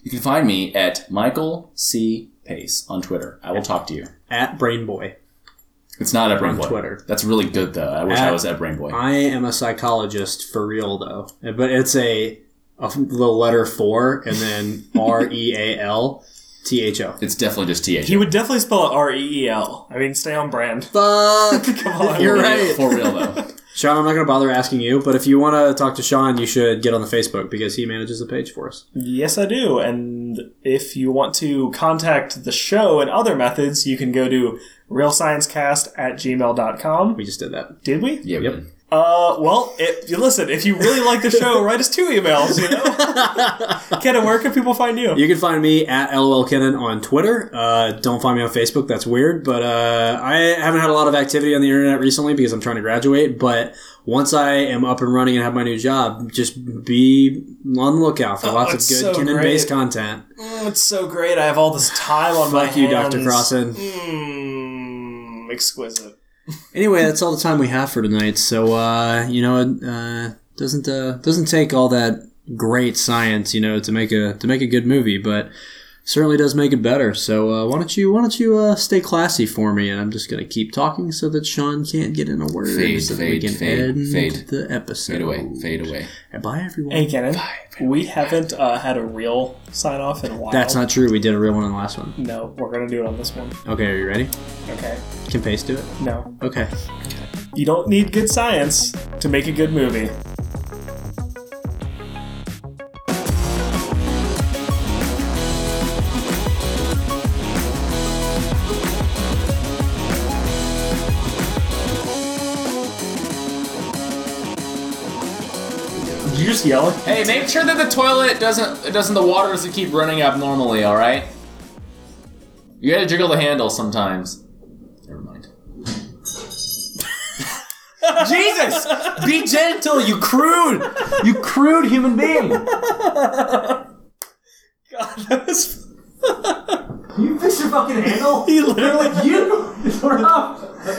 Speaker 2: you can find me at Michael C Pace on Twitter. I will talk to you.
Speaker 1: At Brain Boy.
Speaker 2: It's not at Brain
Speaker 1: On
Speaker 2: Boy.
Speaker 1: Twitter.
Speaker 2: That's really good though. I wish I
Speaker 1: At-
Speaker 2: was at Brain Boy.
Speaker 1: I am a psychologist for real though, but it's a, a the letter four and then [laughs] R E A L T H O.
Speaker 2: it's definitely just TH.
Speaker 3: He would definitely spell it R E E L. I mean, stay on brand. [laughs]
Speaker 1: Fuck.
Speaker 3: Come on.
Speaker 1: You're right.
Speaker 2: For real though.
Speaker 1: [laughs] Sean, I'm not going to bother asking you, but if you want to talk to Sean, you should get on the Facebook because he manages the page for us.
Speaker 3: Yes, I do. And if you want to contact the show and other methods, you can go to realsciencecast at gmail.com.
Speaker 1: We just did that.
Speaker 3: Did we?
Speaker 2: Yeah,
Speaker 1: Yep.
Speaker 2: we-
Speaker 3: Uh, well, if, you listen, if you really like the show, write us two emails, you know?
Speaker 1: [laughs]
Speaker 3: Ken, and where can people find you?
Speaker 1: You can find me at LOLKinnon on Twitter. Uh, don't find me on Facebook. That's weird. But uh, I haven't had a lot of activity on the internet recently because I'm trying to graduate. But once I am up and running and have my new job, just be on the lookout for lots of
Speaker 3: Oh, it's
Speaker 1: good
Speaker 3: so
Speaker 1: Kinnan based
Speaker 3: great.
Speaker 1: content.
Speaker 3: Mm, it's so great. I have all this time on my
Speaker 1: Fuck you,
Speaker 3: hands.
Speaker 1: Dr. Crossan.
Speaker 3: Mm, exquisite.
Speaker 1: Anyway, that's all the time we have for tonight. So uh, you know, it uh, doesn't uh, doesn't take all that great science, you know, to make a to make a good movie, but certainly does make it better. So uh, why don't you why don't you uh, stay classy for me? And I'm just gonna keep talking so that Sean can't get in a word,
Speaker 2: Fade,
Speaker 1: so that
Speaker 2: fade,
Speaker 1: we can
Speaker 2: fade,
Speaker 1: end
Speaker 2: fade.
Speaker 1: the episode.
Speaker 2: Fade away. Fade away.
Speaker 1: Bye, everyone.
Speaker 3: Hey, Kenan, we haven't uh, had a real sign off in a while.
Speaker 1: That's not true. We did a real one on the last one.
Speaker 3: No, we're going to do it on this one.
Speaker 1: Okay, are you ready?
Speaker 3: Okay.
Speaker 1: Can Pace do it?
Speaker 3: No.
Speaker 1: Okay.
Speaker 3: You don't need good science to make a good movie. Did you just yell?
Speaker 2: Hey, make sure that the toilet doesn't it doesn't the water doesn't keep running abnormally. All right. You gotta jiggle the handle sometimes. Never mind. [laughs] Jesus, be gentle, you crude, you crude human being.
Speaker 3: [laughs] God, that was. [laughs]
Speaker 4: You fix your fucking handle?
Speaker 3: He literally.
Speaker 4: you!